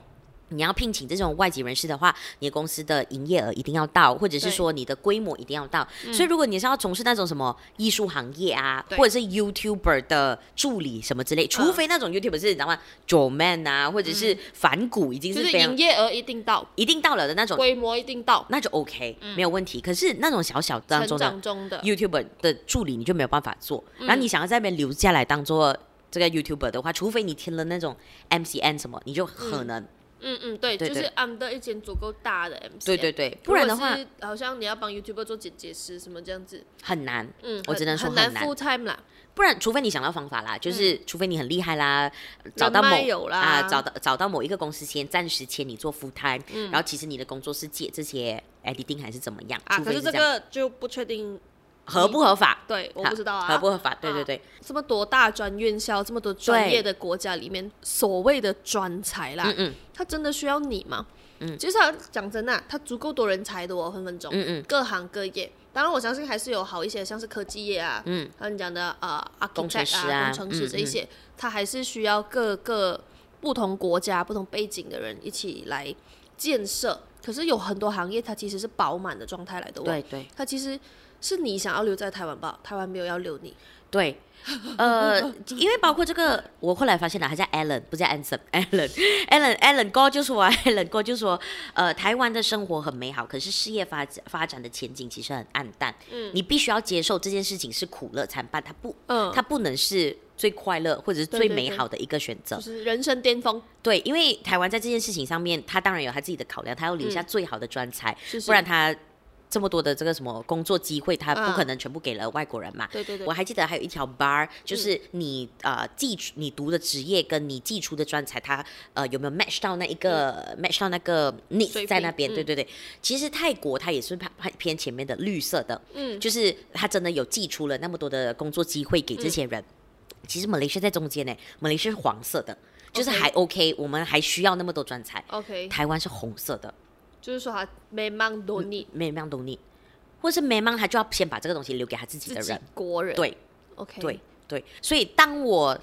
[SPEAKER 2] 你要聘请这种外籍人士的话，你的公司的营业额一定要到，或者是
[SPEAKER 1] 对嗯
[SPEAKER 2] 说你的规模一定要到。所以，如果你是要从事那种什么艺术行业啊，
[SPEAKER 1] 对嗯
[SPEAKER 2] 或者是 YouTuber 的助理什么之类，除非那种 YouTuber 是你知道吗九 Man 啊，或者是反骨已经
[SPEAKER 1] 就是是
[SPEAKER 2] 非常、
[SPEAKER 1] 营业额一定到，
[SPEAKER 2] 一定到了的那种，
[SPEAKER 1] 规模一定到，
[SPEAKER 2] 那就 OK、没有问题。可是那种小小当
[SPEAKER 1] 成
[SPEAKER 2] 中的
[SPEAKER 1] 长中的，嗯
[SPEAKER 2] YouTuber 的助理，你就没有办法做。然后你想要在那边留下来当做这个 YouTuber 的话，除非你听了那种 MCN 什么，你就可能
[SPEAKER 1] 嗯嗯，对，
[SPEAKER 2] 对
[SPEAKER 1] 就是 under 一间足够大的 MC，
[SPEAKER 2] 对对对，不然的话，
[SPEAKER 1] 好像你要帮 YouTuber 做剪接师什么这样子，
[SPEAKER 2] 很难。
[SPEAKER 1] 嗯，
[SPEAKER 2] 我只能说
[SPEAKER 1] 很难
[SPEAKER 2] 很难
[SPEAKER 1] full time 啦，
[SPEAKER 2] 不然，除非你想到方法啦，就是除非你很厉害啦，找
[SPEAKER 1] 人
[SPEAKER 2] 到
[SPEAKER 1] 脉
[SPEAKER 2] 某
[SPEAKER 1] 有啦
[SPEAKER 2] 啊，找到找到某一个公司先暂时签你做 full time，、然后
[SPEAKER 1] 嗯
[SPEAKER 2] 其实你的工作是借这些 editing 还是怎么样？
[SPEAKER 1] 啊，
[SPEAKER 2] 除
[SPEAKER 1] 可
[SPEAKER 2] 非
[SPEAKER 1] 是这
[SPEAKER 2] 这样
[SPEAKER 1] 个就不确定，
[SPEAKER 2] 合不合法？
[SPEAKER 1] 对，我不知道啊，
[SPEAKER 2] 合不合法？对对
[SPEAKER 1] 啊
[SPEAKER 2] 对，
[SPEAKER 1] 这么多大专院校，这么多专
[SPEAKER 2] 对
[SPEAKER 1] 业的国家里面，所谓的专才啦，
[SPEAKER 2] 嗯嗯
[SPEAKER 1] 他真的需要你吗？嗯，其实啊讲真的、啊，他足够多人才的哦，分分钟，
[SPEAKER 2] 嗯嗯，
[SPEAKER 1] 各行各业。当然，我相信还是有好一些，像是科技业啊，嗯，还有你讲的呃，
[SPEAKER 2] 工程
[SPEAKER 1] architect
[SPEAKER 2] 师
[SPEAKER 1] 啊，
[SPEAKER 2] 啊
[SPEAKER 1] 工程师
[SPEAKER 2] 嗯
[SPEAKER 1] 这一些，他还是需要各个不同国家、不同背景的人一起来建设。可是有很多行业，它其实是饱满的状态来的哦，
[SPEAKER 2] 对对
[SPEAKER 1] 它其实是你想要留在台湾吧，台湾没有要留你， [laughs]
[SPEAKER 2] 对。呃，因为包括这个，我后来发现了，他叫 Alan，不叫 [laughs] Anson，Alan，Alan，Alan 哥就说啊，Alan 哥就说，呃，台湾的生活很美好，可是事业发展发展的前景其实很暗淡。嗯，你必须要接受这件事情是苦乐参半，它不
[SPEAKER 1] 嗯，
[SPEAKER 2] 它不能是最快乐或者是
[SPEAKER 1] 对
[SPEAKER 2] 最
[SPEAKER 1] 对
[SPEAKER 2] 美
[SPEAKER 1] 对
[SPEAKER 2] 好的一个选择。
[SPEAKER 1] 就是人生巅峰，
[SPEAKER 2] 对因为台湾在这件事情上面，他当然有他自己的考量，他要留下最好的专才，
[SPEAKER 1] 嗯是是
[SPEAKER 2] 不然他这么多的这个什么工作机会，他
[SPEAKER 1] 嗯
[SPEAKER 2] 不可能全部给了外国人嘛。
[SPEAKER 1] 对对对
[SPEAKER 2] 我，还记得还有一条 bar，就是
[SPEAKER 1] 嗯
[SPEAKER 2] 你、呃寄出你读的职业跟你寄出的专才，它呃有没有 match 到那一个、match 到那个
[SPEAKER 1] 嗯水
[SPEAKER 2] need 在
[SPEAKER 1] 平
[SPEAKER 2] 那边？
[SPEAKER 1] 嗯
[SPEAKER 2] 对对对，其实泰国它也是偏偏前面的绿色的，
[SPEAKER 1] 嗯，
[SPEAKER 2] 就是它真的有寄出了那么多的工作机会给
[SPEAKER 1] 嗯
[SPEAKER 2] 这些人。其实马来西亚在中间呢，马来西亚是黄色的，就是还 OK，, 我们还需要那么多专才。
[SPEAKER 1] OK，
[SPEAKER 2] 台湾是红色的，
[SPEAKER 1] 就是说他没忙多你
[SPEAKER 2] 没有让懂你，或是没忙，他就要先把这个东西留给他自己
[SPEAKER 1] 自
[SPEAKER 2] 的
[SPEAKER 1] 己
[SPEAKER 2] 人。
[SPEAKER 1] 国人。
[SPEAKER 2] 对
[SPEAKER 1] ，OK，
[SPEAKER 2] 对对，所以当我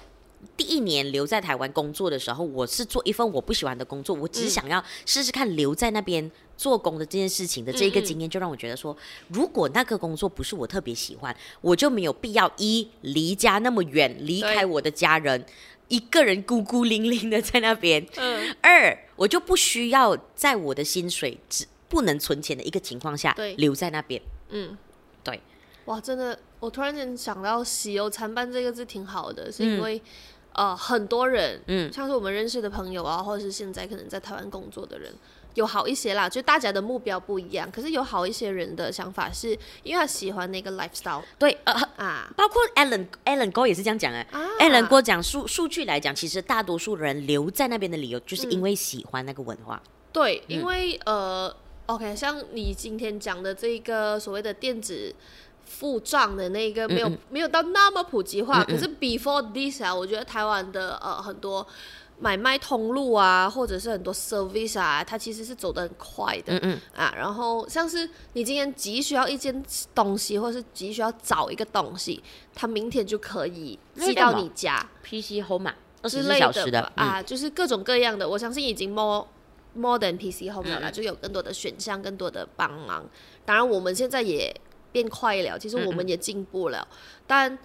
[SPEAKER 2] 第一年留在台湾工作的时候，我是做一份我不喜欢的工作，我
[SPEAKER 1] 嗯
[SPEAKER 2] 只是想要试试看留在那边做工的这件事情的
[SPEAKER 1] 嗯
[SPEAKER 2] 这一个经验，就让我觉得说，如果那个工作不是我特别喜欢，我就没有必要一离家那么远，离
[SPEAKER 1] 对
[SPEAKER 2] 开我的家人，一个人孤孤零零的在那边。
[SPEAKER 1] 嗯，
[SPEAKER 2] 二，我就不需要在我的薪水只不能存钱的一个情况下
[SPEAKER 1] 对
[SPEAKER 2] 留在那边。
[SPEAKER 1] 嗯，
[SPEAKER 2] 对，
[SPEAKER 1] 哇，真的，我突然间想到“喜忧参半”这个字挺好的，是因为、呃，很多人，
[SPEAKER 2] 嗯
[SPEAKER 1] 像是我们认识的朋友啊，或者是现在可能在台湾工作的人。有好一些啦，就大家的目标不一样，可是有好一些人的想法是，因为他喜欢那个 lifestyle
[SPEAKER 2] 对，呃，
[SPEAKER 1] 啊
[SPEAKER 2] 包括 Alan Alan 哥也是这样讲哎、
[SPEAKER 1] 啊
[SPEAKER 2] Alan 哥讲数数据来讲，其实大多数人留在那边的理由，就是因为喜欢那个文化。
[SPEAKER 1] 对，
[SPEAKER 2] 嗯
[SPEAKER 1] 因为、呃，OK，像你今天讲的这个所谓的电子付账的那
[SPEAKER 2] 嗯
[SPEAKER 1] 个，没有、没有到那么普及化，可是 before this 啊，我觉得台湾的呃很多买卖通路啊，或者是很多 service 啊，它其实是走得很快的。
[SPEAKER 2] 嗯嗯，
[SPEAKER 1] 啊，然后像是你今天急需要一件东西，或是急需要找一个东西，它明天就可以
[SPEAKER 2] 那
[SPEAKER 1] 寄
[SPEAKER 2] 叫什
[SPEAKER 1] 到
[SPEAKER 2] 么
[SPEAKER 1] 你家。
[SPEAKER 2] ，PC Home 啊，二
[SPEAKER 1] 之
[SPEAKER 2] 十
[SPEAKER 1] 类
[SPEAKER 2] 四小时
[SPEAKER 1] 的
[SPEAKER 2] 的
[SPEAKER 1] 吧、
[SPEAKER 2] 嗯
[SPEAKER 1] 啊，就是各种各样的，我相信已经 more more than PC home
[SPEAKER 2] 嗯
[SPEAKER 1] 了啦，就有更多的选项，更多的帮忙。当然，我们现在也变快了，其实
[SPEAKER 2] 嗯
[SPEAKER 1] 我们也进步了，但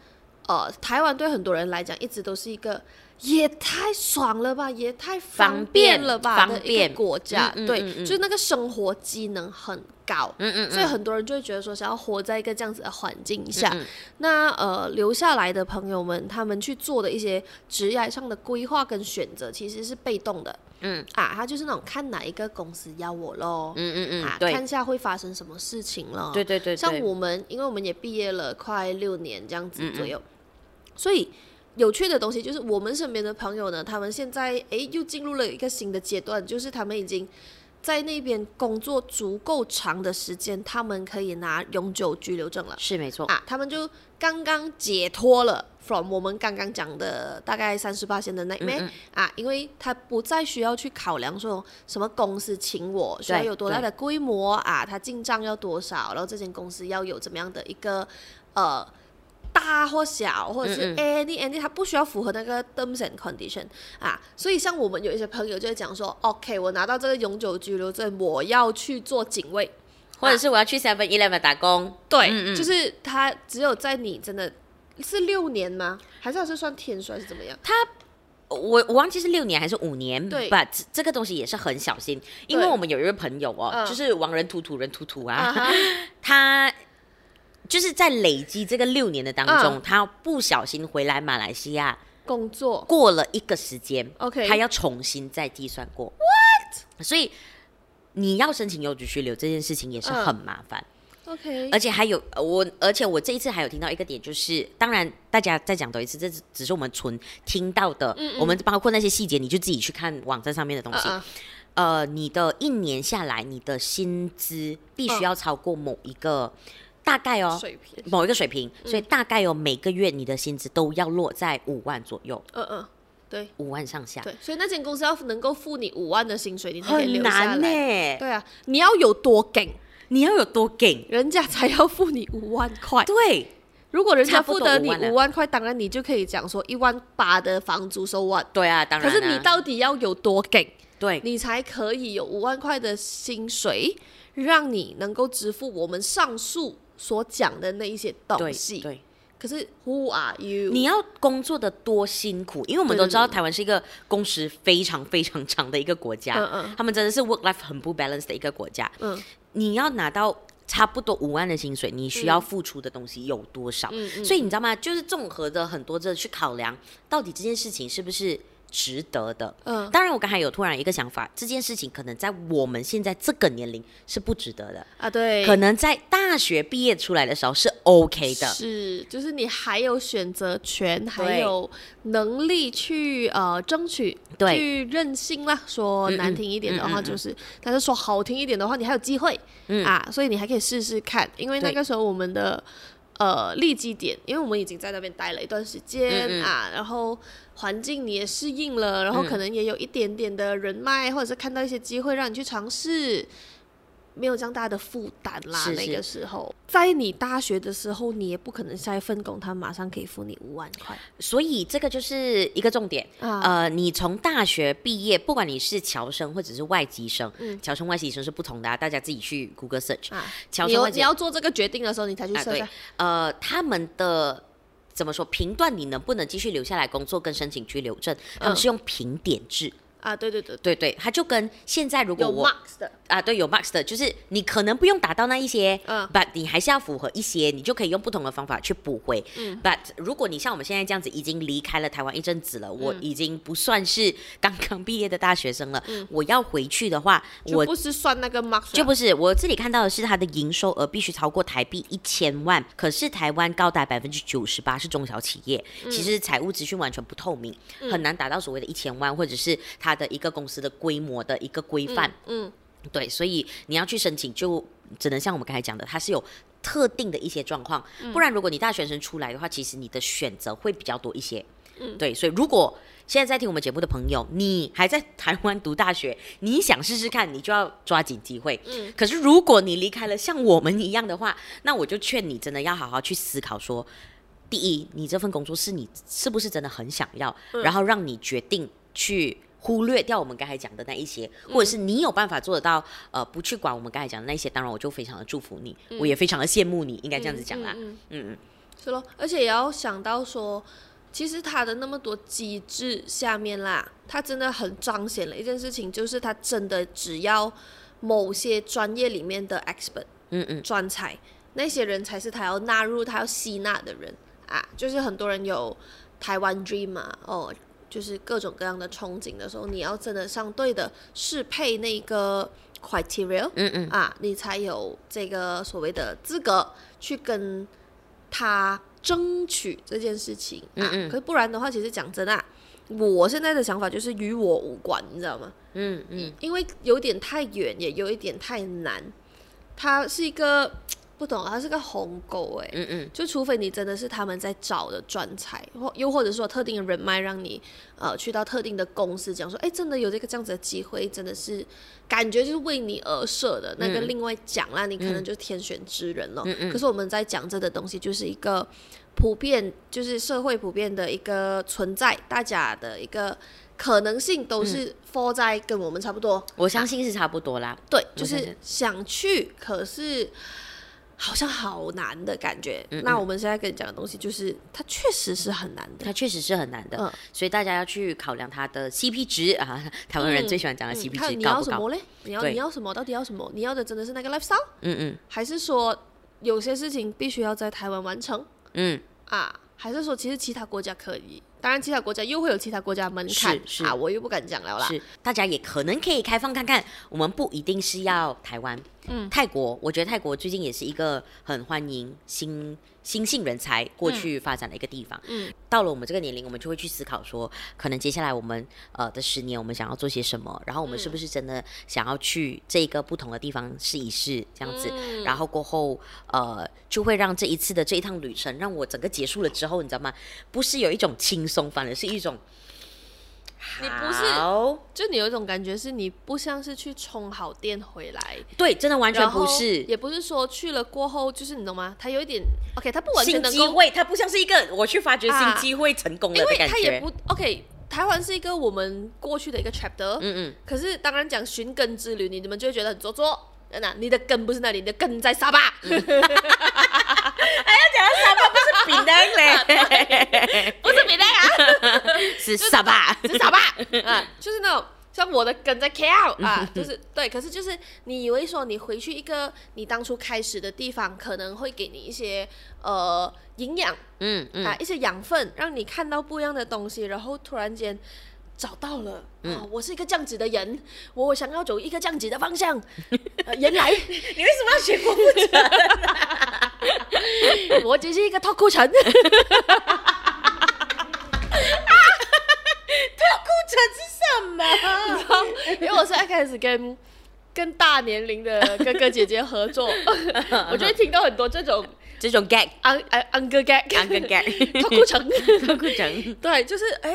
[SPEAKER 1] 呃，台湾对很多人来讲，一直都是一个。也太爽了吧，也太方
[SPEAKER 2] 方便
[SPEAKER 1] 了吧
[SPEAKER 2] 方
[SPEAKER 1] 的一
[SPEAKER 2] 便
[SPEAKER 1] 个国家，
[SPEAKER 2] 嗯嗯
[SPEAKER 1] 对，
[SPEAKER 2] 嗯嗯
[SPEAKER 1] 就是那个生活机能很高，
[SPEAKER 2] 嗯嗯嗯，
[SPEAKER 1] 所以很多人就会觉得说，想要活在一个这样子的环境下，
[SPEAKER 2] 嗯
[SPEAKER 1] 那呃留下来的朋友们，他们去做的一些职业上的规划跟选择，其实是被动的。
[SPEAKER 2] 嗯
[SPEAKER 1] 啊，他就是那种看哪一个公司要我咯，
[SPEAKER 2] 嗯嗯嗯
[SPEAKER 1] 啊，，看
[SPEAKER 2] 对
[SPEAKER 1] 一下会发生什么事情了。
[SPEAKER 2] 对对对，
[SPEAKER 1] 像
[SPEAKER 2] 对
[SPEAKER 1] 我们，因为我们也毕业了快六年这样子左右，
[SPEAKER 2] 嗯
[SPEAKER 1] 所以有趣的东西就是我们身边的朋友呢，他们现在诶又进入了一个新的阶段，就是他们已经在那边工作足够长的时间，他们可以拿永久居留证了
[SPEAKER 2] 是没错，
[SPEAKER 1] 啊，他们就刚刚解脱了 from 我们刚刚讲的大概三十八线的
[SPEAKER 2] 嗯
[SPEAKER 1] nightmare、啊，因为他不再需要去考量说什么公司请我需要有多大的规模啊，他进账要多少，然后这间公司要有怎么样的一个呃。大或小，或者是
[SPEAKER 2] 嗯
[SPEAKER 1] any any，他不需要符合那个 terms and condition 啊，所以像我们有一些朋友就会讲说，OK，我拿到这个永久居留证，我要去做警卫，
[SPEAKER 2] 或者是我要去 Seven Eleven 打工，嗯
[SPEAKER 1] 对，就是他只有在你真的是六年吗？还是它是算天数还是怎么样？
[SPEAKER 2] 我我忘记是六年还是五年，
[SPEAKER 1] 对
[SPEAKER 2] ，but 这这个东西也是很小心，因为
[SPEAKER 1] 对
[SPEAKER 2] 我们有一位朋友哦，
[SPEAKER 1] 嗯
[SPEAKER 2] 就是亡人土土人土土
[SPEAKER 1] 啊
[SPEAKER 2] 啊，
[SPEAKER 1] 哈，
[SPEAKER 2] 他就是在累积这个六年的当中，
[SPEAKER 1] 嗯
[SPEAKER 2] 他不小心回来马来西亚
[SPEAKER 1] 工作
[SPEAKER 2] 过了一个时间
[SPEAKER 1] OK
[SPEAKER 2] 他要重新再计算过。
[SPEAKER 1] Correct。
[SPEAKER 2] 所以你要申请邮局去留这件事情也是很麻烦。
[SPEAKER 1] OK，
[SPEAKER 2] 而且还有呃我，而且我这一次还有听到一个点，就是当然大家再讲多一次，这只只是我们纯听到的，我们包括那些细节，你就自己去看网站上面的东西。
[SPEAKER 1] 嗯嗯嗯
[SPEAKER 2] 呃，你的一年下来，你的薪资必须要超过某一个、大概哦，
[SPEAKER 1] 嗯水平，
[SPEAKER 2] 某一个水平，
[SPEAKER 1] 嗯
[SPEAKER 2] 所以大概有、每个月你的薪资都要落在五万左右，
[SPEAKER 1] 嗯嗯，对
[SPEAKER 2] 五万上下，
[SPEAKER 1] 对，所以那间公司要能够付你五万的薪水，你才可以
[SPEAKER 2] 很
[SPEAKER 1] 留下
[SPEAKER 2] 难呢、欸
[SPEAKER 1] 来。对啊，你要有多梗，
[SPEAKER 2] 你要有多给？
[SPEAKER 1] 人家才要付你五万块。
[SPEAKER 2] 对，
[SPEAKER 1] 如果人家
[SPEAKER 2] 差不
[SPEAKER 1] 付
[SPEAKER 2] 多
[SPEAKER 1] 得你
[SPEAKER 2] 5万了啊
[SPEAKER 1] 五万块，当然你就可以讲说一万八的房租收万。
[SPEAKER 2] 对啊，当然、
[SPEAKER 1] 可
[SPEAKER 2] 啊。
[SPEAKER 1] 是你到底要有多给，
[SPEAKER 2] 对
[SPEAKER 1] 你才可以有五万块的薪水，让你能够支付我们上述所讲的那一些东
[SPEAKER 2] 对
[SPEAKER 1] 西？
[SPEAKER 2] 对，
[SPEAKER 1] 可是 Who are you？
[SPEAKER 2] 你要工作的多辛苦，因为我们都知道
[SPEAKER 1] 对对对
[SPEAKER 2] 台湾是一个工时非常非常长的一个国家，
[SPEAKER 1] 嗯嗯
[SPEAKER 2] 他们真的是 work life 很不 balance 的一个国家。
[SPEAKER 1] 嗯
[SPEAKER 2] 你要拿到差不多五万的薪水，你需要付出的东西有多少？
[SPEAKER 1] 嗯嗯，
[SPEAKER 2] 所以你知道吗？就是综合的很多的去考量，到底这件事情是不是值得的？
[SPEAKER 1] 嗯
[SPEAKER 2] 当然，我刚才有突然一个想法，这件事情可能在我们现在这个年龄是不值得的，
[SPEAKER 1] 啊对，
[SPEAKER 2] 可能在大学毕业出来的时候是 OK 的。
[SPEAKER 1] 是，就是你还有选择权，还
[SPEAKER 2] 对
[SPEAKER 1] 有能力去呃争取，
[SPEAKER 2] 对
[SPEAKER 1] 去任性啦。说
[SPEAKER 2] 嗯嗯
[SPEAKER 1] 难听一点的
[SPEAKER 2] 嗯嗯
[SPEAKER 1] 话
[SPEAKER 2] 嗯
[SPEAKER 1] 就是，但是说好听一点的话，你还有机会、啊，所以你还可以试试看。因为那
[SPEAKER 2] 对
[SPEAKER 1] 个时候我们的呃立基点，因为我们已经在那边待了一段时间、
[SPEAKER 2] 嗯嗯
[SPEAKER 1] 啊，然后环境你也适应了，然后可能也有一点点的人脉，或者是看到一些机会让你去尝试。没有这样大的负担啦。
[SPEAKER 2] 是
[SPEAKER 1] 那
[SPEAKER 2] 是
[SPEAKER 1] 个时候，在你大学的时候，你也不可能下一份工他马上可以付你五万块
[SPEAKER 2] 所以这个就是一个重点。
[SPEAKER 1] 啊
[SPEAKER 2] 呃，你从大学毕业，不管你是侨生或者是外籍生，
[SPEAKER 1] 嗯
[SPEAKER 2] 侨生外籍生是不同的、啊，大家自己去 Google search。
[SPEAKER 1] 啊！
[SPEAKER 2] 侨
[SPEAKER 1] 你
[SPEAKER 2] 生
[SPEAKER 1] 有
[SPEAKER 2] 外
[SPEAKER 1] 你
[SPEAKER 2] 籍
[SPEAKER 1] 要做这个决定的时候，你才去
[SPEAKER 2] 啊，
[SPEAKER 1] 设
[SPEAKER 2] 对
[SPEAKER 1] 下。，
[SPEAKER 2] 呃，他们的怎么说评断你能不能继续留下来工作跟申请居留证，
[SPEAKER 1] 嗯
[SPEAKER 2] 他们是用评点制，
[SPEAKER 1] 啊，对对对，
[SPEAKER 2] 对对，他就跟现在如果
[SPEAKER 1] 有
[SPEAKER 2] 我
[SPEAKER 1] marks 的，
[SPEAKER 2] 啊，对，有 max 的，就是你可能不用达到那一些、
[SPEAKER 1] 嗯
[SPEAKER 2] b u t 你还是要符合一些，你就可以用不同的方法去补回。But
[SPEAKER 1] 嗯
[SPEAKER 2] 如果你像我们现在这样子，已经离开了台湾一阵子了，我
[SPEAKER 1] 嗯
[SPEAKER 2] 已经不算是刚刚毕业的大学生了，我要回去的话，
[SPEAKER 1] 嗯就
[SPEAKER 2] 我
[SPEAKER 1] 不是算那个 marks，
[SPEAKER 2] 就
[SPEAKER 1] 就
[SPEAKER 2] 不是，我这里看到的是它的营收额必须超过台币一千万，可是台湾高达百分之九十八是中小企业，
[SPEAKER 1] 嗯
[SPEAKER 2] 其实财务资讯完全不透明，很难达到所谓的一千万，或者是它的一个公司的规模的一个规范。
[SPEAKER 1] 嗯
[SPEAKER 2] 对，所以你要去申请，就只能像我们刚才讲的，它是有特定的一些状况，不然如果你大学生出来的话，其实你的选择会比较多一些。嗯，对，所以如果现在在听我们节目的朋友，你还在台湾读大学，你想试试看，你就要抓紧机会。嗯，可是如果你离开了像我们一样的话，那我就劝你真的要好好去思考说。第一，你这份工作是你是不是真的很想要，然后让你决定去忽略掉我们刚才讲的那一些，或者是你有办法做得到，呃，不去管我们刚才讲的那些，当然我就非常的祝福你，我也非常的羡慕你，应该这样子讲啦。
[SPEAKER 1] 嗯，
[SPEAKER 2] 嗯嗯
[SPEAKER 1] 是咯，而且也要想到说。其实它的那么多机制下面啦，它真的很彰显了一件事情，就是它真的只要某些专业里面的 expert，
[SPEAKER 2] 嗯嗯，
[SPEAKER 1] 专才，那些人才是他要纳入、他要吸纳的人啊。就是很多人有台湾 dream 嘛、哦，就是各种各样的憧憬的时候，你要真的上对的适配那个 criteria，
[SPEAKER 2] 嗯嗯
[SPEAKER 1] 啊，你才有这个所谓的资格去跟他争取这件事情啊。
[SPEAKER 2] 嗯嗯
[SPEAKER 1] 可是不然的话，其实讲真啊，我现在的想法就是与我无关，你知道吗？
[SPEAKER 2] 嗯嗯，
[SPEAKER 1] 因为有点太远，也有一点太难。它是一个不懂，啊它是个鸿沟哎。
[SPEAKER 2] 嗯嗯，
[SPEAKER 1] 就除非你真的是他们在找的专才，或又或者说特定的人脉，让你呃去到特定的公司，讲说，哎，真的有这个这样子的机会，真的是感觉就是为你而设的那个。
[SPEAKER 2] 嗯
[SPEAKER 1] 另外讲啦，你可能就天选之人了。
[SPEAKER 2] 嗯嗯
[SPEAKER 1] 可是我们在讲这个东西，就是一个普遍，就是社会普遍的一个存在，大家的一个可能性都
[SPEAKER 2] 嗯
[SPEAKER 1] 是 fall 在跟我们差不多。
[SPEAKER 2] 我相信是差不多啦。
[SPEAKER 1] 对，就
[SPEAKER 2] 我想
[SPEAKER 1] 是
[SPEAKER 2] 想
[SPEAKER 1] 想去，可是好像好难的感觉。
[SPEAKER 2] 嗯
[SPEAKER 1] 那我们现在跟你讲的东西，就是它确实是很难的。
[SPEAKER 2] 它确实是很难的，
[SPEAKER 1] 嗯
[SPEAKER 2] 所以大家要去考量它的 CP 值啊，台湾人最喜欢讲的
[SPEAKER 1] 嗯
[SPEAKER 2] CP
[SPEAKER 1] 看
[SPEAKER 2] 值
[SPEAKER 1] 你
[SPEAKER 2] 高
[SPEAKER 1] 要
[SPEAKER 2] 不
[SPEAKER 1] 什
[SPEAKER 2] 高
[SPEAKER 1] 么？嘞？你要
[SPEAKER 2] 对
[SPEAKER 1] 你要什么？到底要什么？你要的真的是那个 lifestyle，
[SPEAKER 2] 嗯嗯
[SPEAKER 1] 还是说有些事情必须要在台湾完成
[SPEAKER 2] 嗯，
[SPEAKER 1] 啊？还是说其实其他国家可以？当然，其他国家又会有其他国家门槛
[SPEAKER 2] 是是
[SPEAKER 1] 啊，我又不敢讲了啦。
[SPEAKER 2] 是，大家也可能可以开放看看，我们不一定是要台湾，嗯，泰国，我觉得泰国最近也是一个很欢迎新新兴人才
[SPEAKER 1] 嗯
[SPEAKER 2] 过去发展的一个地方，嗯，到了我们这个年龄，我们就会去思考说，可能接下来我们呃的十年，我们想要做些什么，然后我们是不是真的想要去这个不同的地方试一试这样子，
[SPEAKER 1] 嗯
[SPEAKER 2] 然后过后呃就会让这一次的这一趟旅程，让我整个结束了之后，你知道吗？不是有一种轻松，反而是一种。
[SPEAKER 1] 你不是
[SPEAKER 2] 好
[SPEAKER 1] 就你有一种感觉是你不像是去充好电回来，
[SPEAKER 2] 对，真的完全
[SPEAKER 1] 然后
[SPEAKER 2] 不是。
[SPEAKER 1] 也不是说去了过后就是你懂吗？它有一点 OK，它不完全
[SPEAKER 2] 新
[SPEAKER 1] 能
[SPEAKER 2] 机
[SPEAKER 1] 够，
[SPEAKER 2] 会，它不像是一个我去发掘
[SPEAKER 1] 啊
[SPEAKER 2] 新机会成功
[SPEAKER 1] 因
[SPEAKER 2] 了的
[SPEAKER 1] 为
[SPEAKER 2] 感
[SPEAKER 1] 它也
[SPEAKER 2] 觉。
[SPEAKER 1] 不 OK。台湾是一个我们过去的一个 chapter，、 [laughs]
[SPEAKER 2] 嗯嗯，
[SPEAKER 1] 可是当然讲寻根之旅，你们就会觉得很做作。真的，你的根不是那里，你的根在沙巴。
[SPEAKER 2] 嗯饼干
[SPEAKER 1] [laughs]
[SPEAKER 2] 嘞，
[SPEAKER 1] 不是别的
[SPEAKER 2] [laughs]
[SPEAKER 1] 啊，
[SPEAKER 2] 是
[SPEAKER 1] [laughs]
[SPEAKER 2] 啥吧？
[SPEAKER 1] 是啥吧？啊，就是那种像我的梗在 KL 啊，
[SPEAKER 2] 嗯
[SPEAKER 1] 就是对，可是就是你以为说你回去一个你当初开始的地方，可能会给你一些呃营养
[SPEAKER 2] 嗯嗯，
[SPEAKER 1] 啊，一些养分，让你看到不一样的东西，然后突然间。找到了啊！我是一个这样子的人，我想要走一个这样子的方 [laughs] 向。呃原 [laughs] 来
[SPEAKER 2] 你为什么要学郭富城？
[SPEAKER 1] [laughs] 我只是一个脱裤 [laughs] 城，
[SPEAKER 2] 顾城是什么？
[SPEAKER 1] 因为我现在开始跟跟大年龄的哥哥姐姐合 [laughs] 作，我就会听到很多这种
[SPEAKER 2] 这种 gag，
[SPEAKER 1] 安安安哥 gag，
[SPEAKER 2] 安
[SPEAKER 1] [laughs]
[SPEAKER 2] 跟 [laughs] gag，
[SPEAKER 1] 他哭成。
[SPEAKER 2] 郭富城。
[SPEAKER 1] 对，就是哎、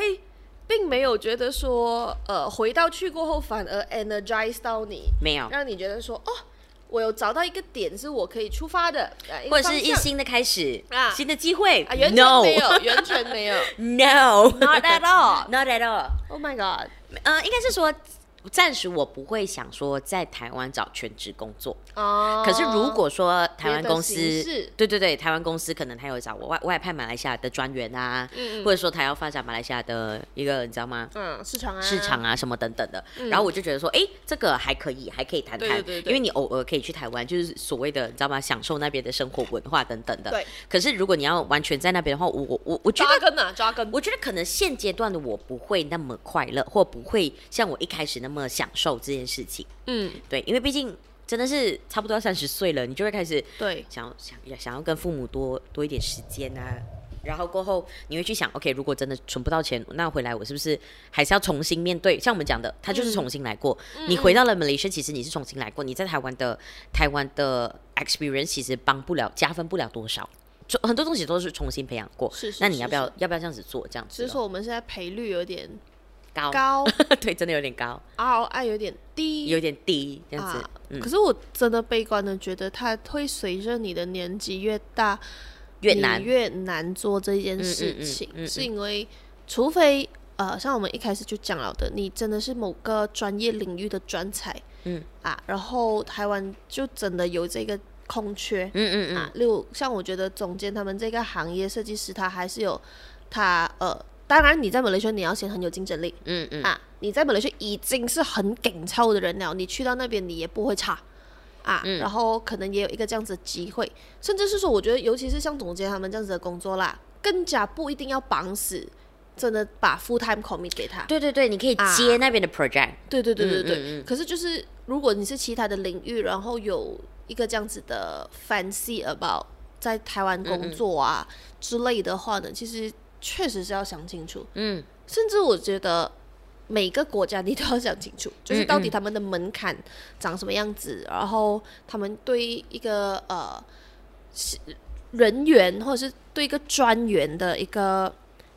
[SPEAKER 1] 并没有觉得说呃回到去过后反而 energize 到你，
[SPEAKER 2] 没有，
[SPEAKER 1] 让你觉得说哦，我有找到一个点是我可以出发的，啊、
[SPEAKER 2] 或者是一
[SPEAKER 1] 个方向
[SPEAKER 2] 新的开始
[SPEAKER 1] 啊，
[SPEAKER 2] 新的机会。
[SPEAKER 1] 啊，完全没有，完全没有
[SPEAKER 2] [laughs]
[SPEAKER 1] [laughs]
[SPEAKER 2] No，No，Not
[SPEAKER 1] ，not at
[SPEAKER 2] [laughs]
[SPEAKER 1] all。
[SPEAKER 2] at all。
[SPEAKER 1] Oh my god！
[SPEAKER 2] 呃，应该是说，暂时我不会想说在台湾找全职工作。
[SPEAKER 1] 哦，
[SPEAKER 2] [laughs] 可是如果说台湾
[SPEAKER 1] 别的
[SPEAKER 2] 公司
[SPEAKER 1] 形式，
[SPEAKER 2] 对对对，台湾公司可能他有找我外外派马来西亚的专员啊，或者说他要发展马来西亚的一个你知道吗？
[SPEAKER 1] 嗯，市场啊，
[SPEAKER 2] 市场啊，什么等等的，然后我就觉得说，哎，这个还可以，还可以谈谈，
[SPEAKER 1] 对对对对
[SPEAKER 2] 因为你偶尔可以去台湾，就是所谓的你知道吗？享受那边的生活文化等等的。
[SPEAKER 1] 对。
[SPEAKER 2] 可是如果你要完全在那边的话，我我我我觉得
[SPEAKER 1] 抓根啊，抓根。
[SPEAKER 2] 我觉得可能现阶段的我不会那么快乐，或不会像我一开始那么享受这件事情。
[SPEAKER 1] 嗯，
[SPEAKER 2] 对，因为毕竟真的是差不多要三十岁了，你就会开始
[SPEAKER 1] 对，
[SPEAKER 2] 想要想要想要跟父母多多一点时间啊。然后过后，你会去想，OK，如果真的存不到钱，那回来我是不是还是要重新面对？像我们讲的，他
[SPEAKER 1] 嗯
[SPEAKER 2] 就是重新来过。你回到了马来西亚，其实你是重新来过。你在台湾的台湾的 experience 其实帮不了，加分不了多少。就很多东西都是重新培养过。
[SPEAKER 1] 是是
[SPEAKER 2] 那你
[SPEAKER 1] 是
[SPEAKER 2] 要不要
[SPEAKER 1] 是
[SPEAKER 2] 要不要这样子做？这样子
[SPEAKER 1] 只
[SPEAKER 2] 咯
[SPEAKER 1] 是说我们现在赔率有点
[SPEAKER 2] 高，
[SPEAKER 1] 高
[SPEAKER 2] [laughs] 对，真的有点高，
[SPEAKER 1] ，ROI 有点低，
[SPEAKER 2] 有点低这样子。
[SPEAKER 1] 啊
[SPEAKER 2] 嗯
[SPEAKER 1] 可，是我真的悲观的觉得，它会随着你的年纪越大，
[SPEAKER 2] 越嗯
[SPEAKER 1] 你
[SPEAKER 2] 难。
[SPEAKER 1] 越难做这件事情，
[SPEAKER 2] 嗯嗯嗯嗯嗯
[SPEAKER 1] 是因为除非呃，像我们一开始就讲了的，你真的是某个专业领域的专才，
[SPEAKER 2] 嗯
[SPEAKER 1] 啊，然后台湾就真的有这个空缺，
[SPEAKER 2] 嗯嗯嗯，
[SPEAKER 1] 啊，例如像我觉得总监他们这个行业设计师，他还是有他呃，当然你在马来西亚你要先很有竞争力，
[SPEAKER 2] 嗯嗯，
[SPEAKER 1] 啊，你在马来西亚已经是很紧凑的人了，你去到那边你也不会差啊，然后可能也有一个这样子的机会，甚至是说，我觉得尤其是像总监他们这样子的工作啦，更加不一定要绑死，真的把 full time commit 给他。
[SPEAKER 2] 对对对，你可以
[SPEAKER 1] 啊
[SPEAKER 2] 接那边的 project。
[SPEAKER 1] 对对对对
[SPEAKER 2] 嗯
[SPEAKER 1] 对。
[SPEAKER 2] 嗯嗯
[SPEAKER 1] 可是就是如果你是其他的领域，然后有一个这样子的 fancy about 在台湾工作
[SPEAKER 2] 嗯
[SPEAKER 1] 啊之类的话呢，其实确实是要想清楚。
[SPEAKER 2] 嗯，
[SPEAKER 1] 甚至我觉得每个国家你都要想清楚，
[SPEAKER 2] 嗯
[SPEAKER 1] 就是到底他们的门槛长什么样子，然后他们对一个呃是人员或者是对一个专员的一个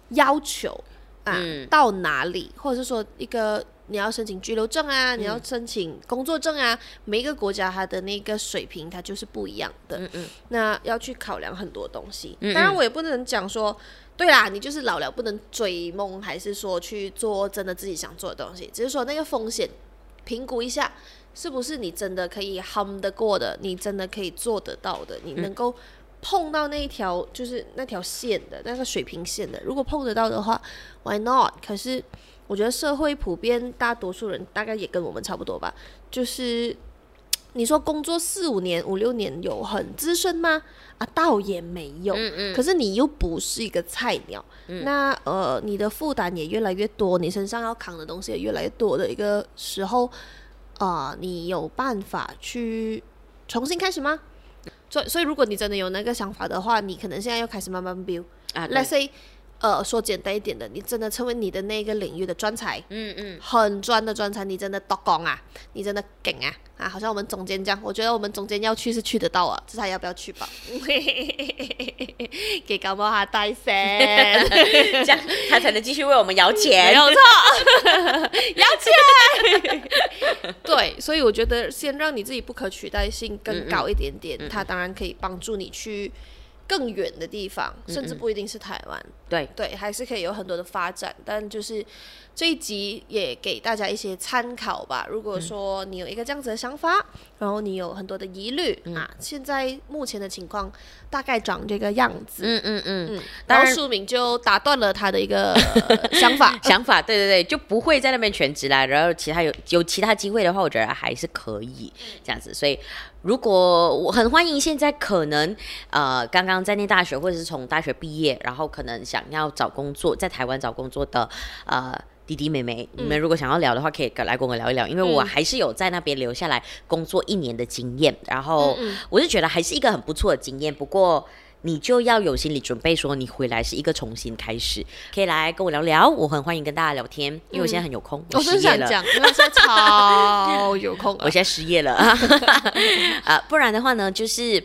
[SPEAKER 1] 要求啊、
[SPEAKER 2] 嗯
[SPEAKER 1] 到哪里，或者是说一个。你要申请居留证啊，
[SPEAKER 2] 嗯
[SPEAKER 1] 你要申请工作证啊，每一个国家它的那个水平它就是不一样的。
[SPEAKER 2] 嗯嗯，
[SPEAKER 1] 那要去考量很多东西。
[SPEAKER 2] 嗯嗯
[SPEAKER 1] 当然，我也不能讲说，对啦，你就是老了不能追梦，还是说去做真的自己想做的东西，只是说那个风险评估一下，是不是你真的可以 hum 得过的，你真的可以做得到的，
[SPEAKER 2] 嗯
[SPEAKER 1] 你能够碰到那一条就是那条线的那个水平线的，如果碰得到的话，why not？可是我觉得社会普遍大多数人大概也跟我们差不多吧，就是你说工作四五年、五六年有很资深吗？啊，倒也没有。
[SPEAKER 2] 嗯嗯
[SPEAKER 1] 可是你又不是一个菜鸟，那呃，你的负担也越来越多，你身上要扛的东西也越来越多的一个时候，啊、你有办法去重新开始吗？所以所以，如果你真的有那个想法的话，你可能现在要开始慢慢 build。
[SPEAKER 2] 啊，对
[SPEAKER 1] Let's say，呃，说简单一点的，你真的成为你的那个领域的专才，
[SPEAKER 2] 嗯嗯，
[SPEAKER 1] 很专的专才，你真的多工啊，你真的梗啊啊！好像我们总监这样，我觉得我们总监要去是去得到啊，只是他要不要去吧？ [laughs] 给高帽哈戴森，
[SPEAKER 2] 这样他才能继续为我们摇
[SPEAKER 1] 没。
[SPEAKER 2] 钱
[SPEAKER 1] 有错，要钱。 [laughs] 对， [laughs] 所以我觉得先让你自己不可取代性更高一点点，它当然可以帮助你去更远的地方，甚至不一定是台湾。
[SPEAKER 2] 对，
[SPEAKER 1] 对，还是可以有很多的发展，但就是这一集也给大家一些参考吧。如果说你有一个这样子的想法，然后你有很多的疑虑、啊，现在目前的情况大概长这个样子。
[SPEAKER 2] 嗯嗯嗯，
[SPEAKER 1] 嗯，
[SPEAKER 2] 当
[SPEAKER 1] 然后
[SPEAKER 2] 然
[SPEAKER 1] 树敏就打断了他的一个呃 [laughs] 想法。
[SPEAKER 2] [laughs] 想法，对对对，就不会在那边全职啦。然后其他有有其他机会的话，我觉得还是可以
[SPEAKER 1] 嗯
[SPEAKER 2] 这样子。所以，如果我很欢迎现在可能呃刚刚在念大学，或者是从大学毕业，然后可能想要找工作，在台湾找工作的呃。弟弟妹妹，
[SPEAKER 1] 嗯
[SPEAKER 2] 你们如果想要聊的话，可以来跟我聊一聊，因为我还是有在那边留下来工作一年的经验，然后
[SPEAKER 1] 嗯
[SPEAKER 2] 我是觉得还是一个很不错的经验。不过你就要有心理准备，说你回来是一个重新开始，可以来跟我聊聊，我很欢迎跟大家聊天，因为我现在很有空，
[SPEAKER 1] 我
[SPEAKER 2] 失
[SPEAKER 1] 哦真想
[SPEAKER 2] 业
[SPEAKER 1] [laughs]
[SPEAKER 2] 了。
[SPEAKER 1] 讲，因为现在 [laughs] 超有空啊
[SPEAKER 2] 我。现在失业了 [laughs] 啊，不然的话呢，就是。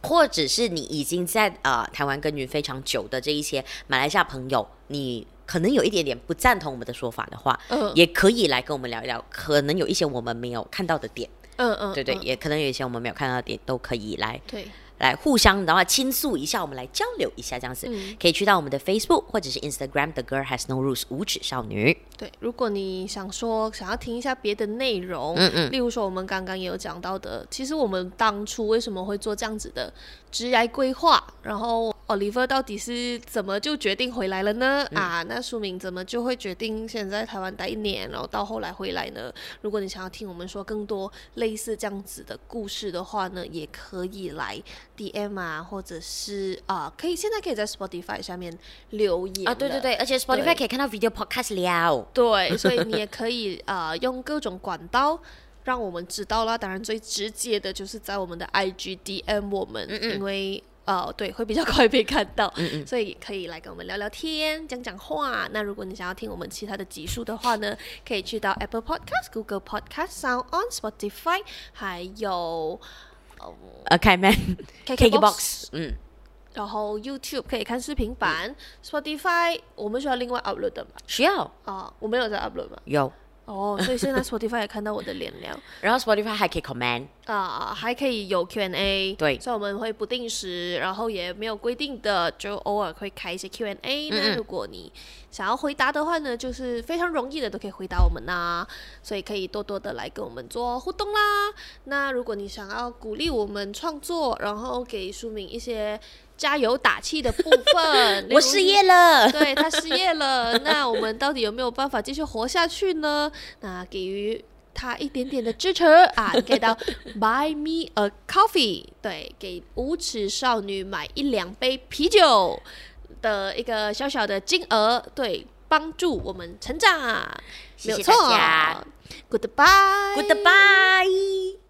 [SPEAKER 2] 或者是你已经在呃台湾耕耘非常久的这一些马来西亚朋友，你可能有一点点不赞同我们的说法的话，
[SPEAKER 1] 嗯
[SPEAKER 2] 也可以来跟我们聊一聊，可能有一些我们没有看到的点，
[SPEAKER 1] 嗯嗯，
[SPEAKER 2] 对对，
[SPEAKER 1] 嗯
[SPEAKER 2] 也可能有一些我们没有看到的点，都可以来
[SPEAKER 1] 对，
[SPEAKER 2] 来互相的话倾诉一下，我们来交流一下这样子，
[SPEAKER 1] 嗯
[SPEAKER 2] 可以去到我们的 Facebook 或者是 Instagram The Girl Has No Rules 无指少女，
[SPEAKER 1] 对，如果你想说想要听一下别的内容，
[SPEAKER 2] 嗯嗯
[SPEAKER 1] 例如说我们刚刚也有讲到的，其实我们当初为什么会做这样子的职业规划，然后 Oliver 到底是怎么就决定回来了呢？
[SPEAKER 2] 嗯
[SPEAKER 1] 啊，那书明怎么就会决定先在台湾待一年，然后到后来回来呢？如果你想要听我们说更多类似这样子的故事的话呢，也可以来 DM 啊，或者是啊、可以现在可以在 Spotify 下面留言
[SPEAKER 2] 啊，对对
[SPEAKER 1] 了
[SPEAKER 2] 对，而且 Spotify 可以看到 video podcast 了。
[SPEAKER 1] 对，所以你也可以呃用各种管道让我们知道啦。当然最直接的就是在我们的 IG DM 我们，因为呃对会比较快被看到，所以可以来跟我们聊聊天、讲讲话。那如果你想要听我们其他的集数的话呢，可以去到 Apple Podcast、Google Podcast、Sound On、Spotify，还有。
[SPEAKER 2] 呃，开麦
[SPEAKER 1] KKBOX
[SPEAKER 2] 嗯，
[SPEAKER 1] 然后 YouTube 可以看视频版、s p o t i f y 我们需要另外 upload 的嘛？
[SPEAKER 2] 需要
[SPEAKER 1] 啊、我没有在 upload 嘛？
[SPEAKER 2] 有，
[SPEAKER 1] 哦，所以现在 Spotify 也看到我的脸了。
[SPEAKER 2] 然后 Spotify 还可以 comment，
[SPEAKER 1] [laughs] 啊、还可以有 Q&A，
[SPEAKER 2] 对，
[SPEAKER 1] 所以我们会不定时，然后也没有规定的，就偶尔会开一些 Q&A。那如果你想要回答的话呢，就是非常容易的都可以回答我们啦、所以可以多多的来跟我们做互动啦。那如果你想要鼓励我们创作，然后给书明一些加油打气的部 [laughs] 分
[SPEAKER 2] 我失业了，
[SPEAKER 1] 对他失业了，那我们到底有没有办法继续活下去呢？那给予他一点点的支持啊，你可
[SPEAKER 2] [laughs]
[SPEAKER 1] 以到 Buy Me a Coffee，对，给无耻少女买一两杯啤酒的一个小小的金额，对，帮助我们成长，
[SPEAKER 2] 谢谢
[SPEAKER 1] 没有错
[SPEAKER 2] 大家
[SPEAKER 1] ，Goodbye，Goodbye。
[SPEAKER 2] ，Goodbye。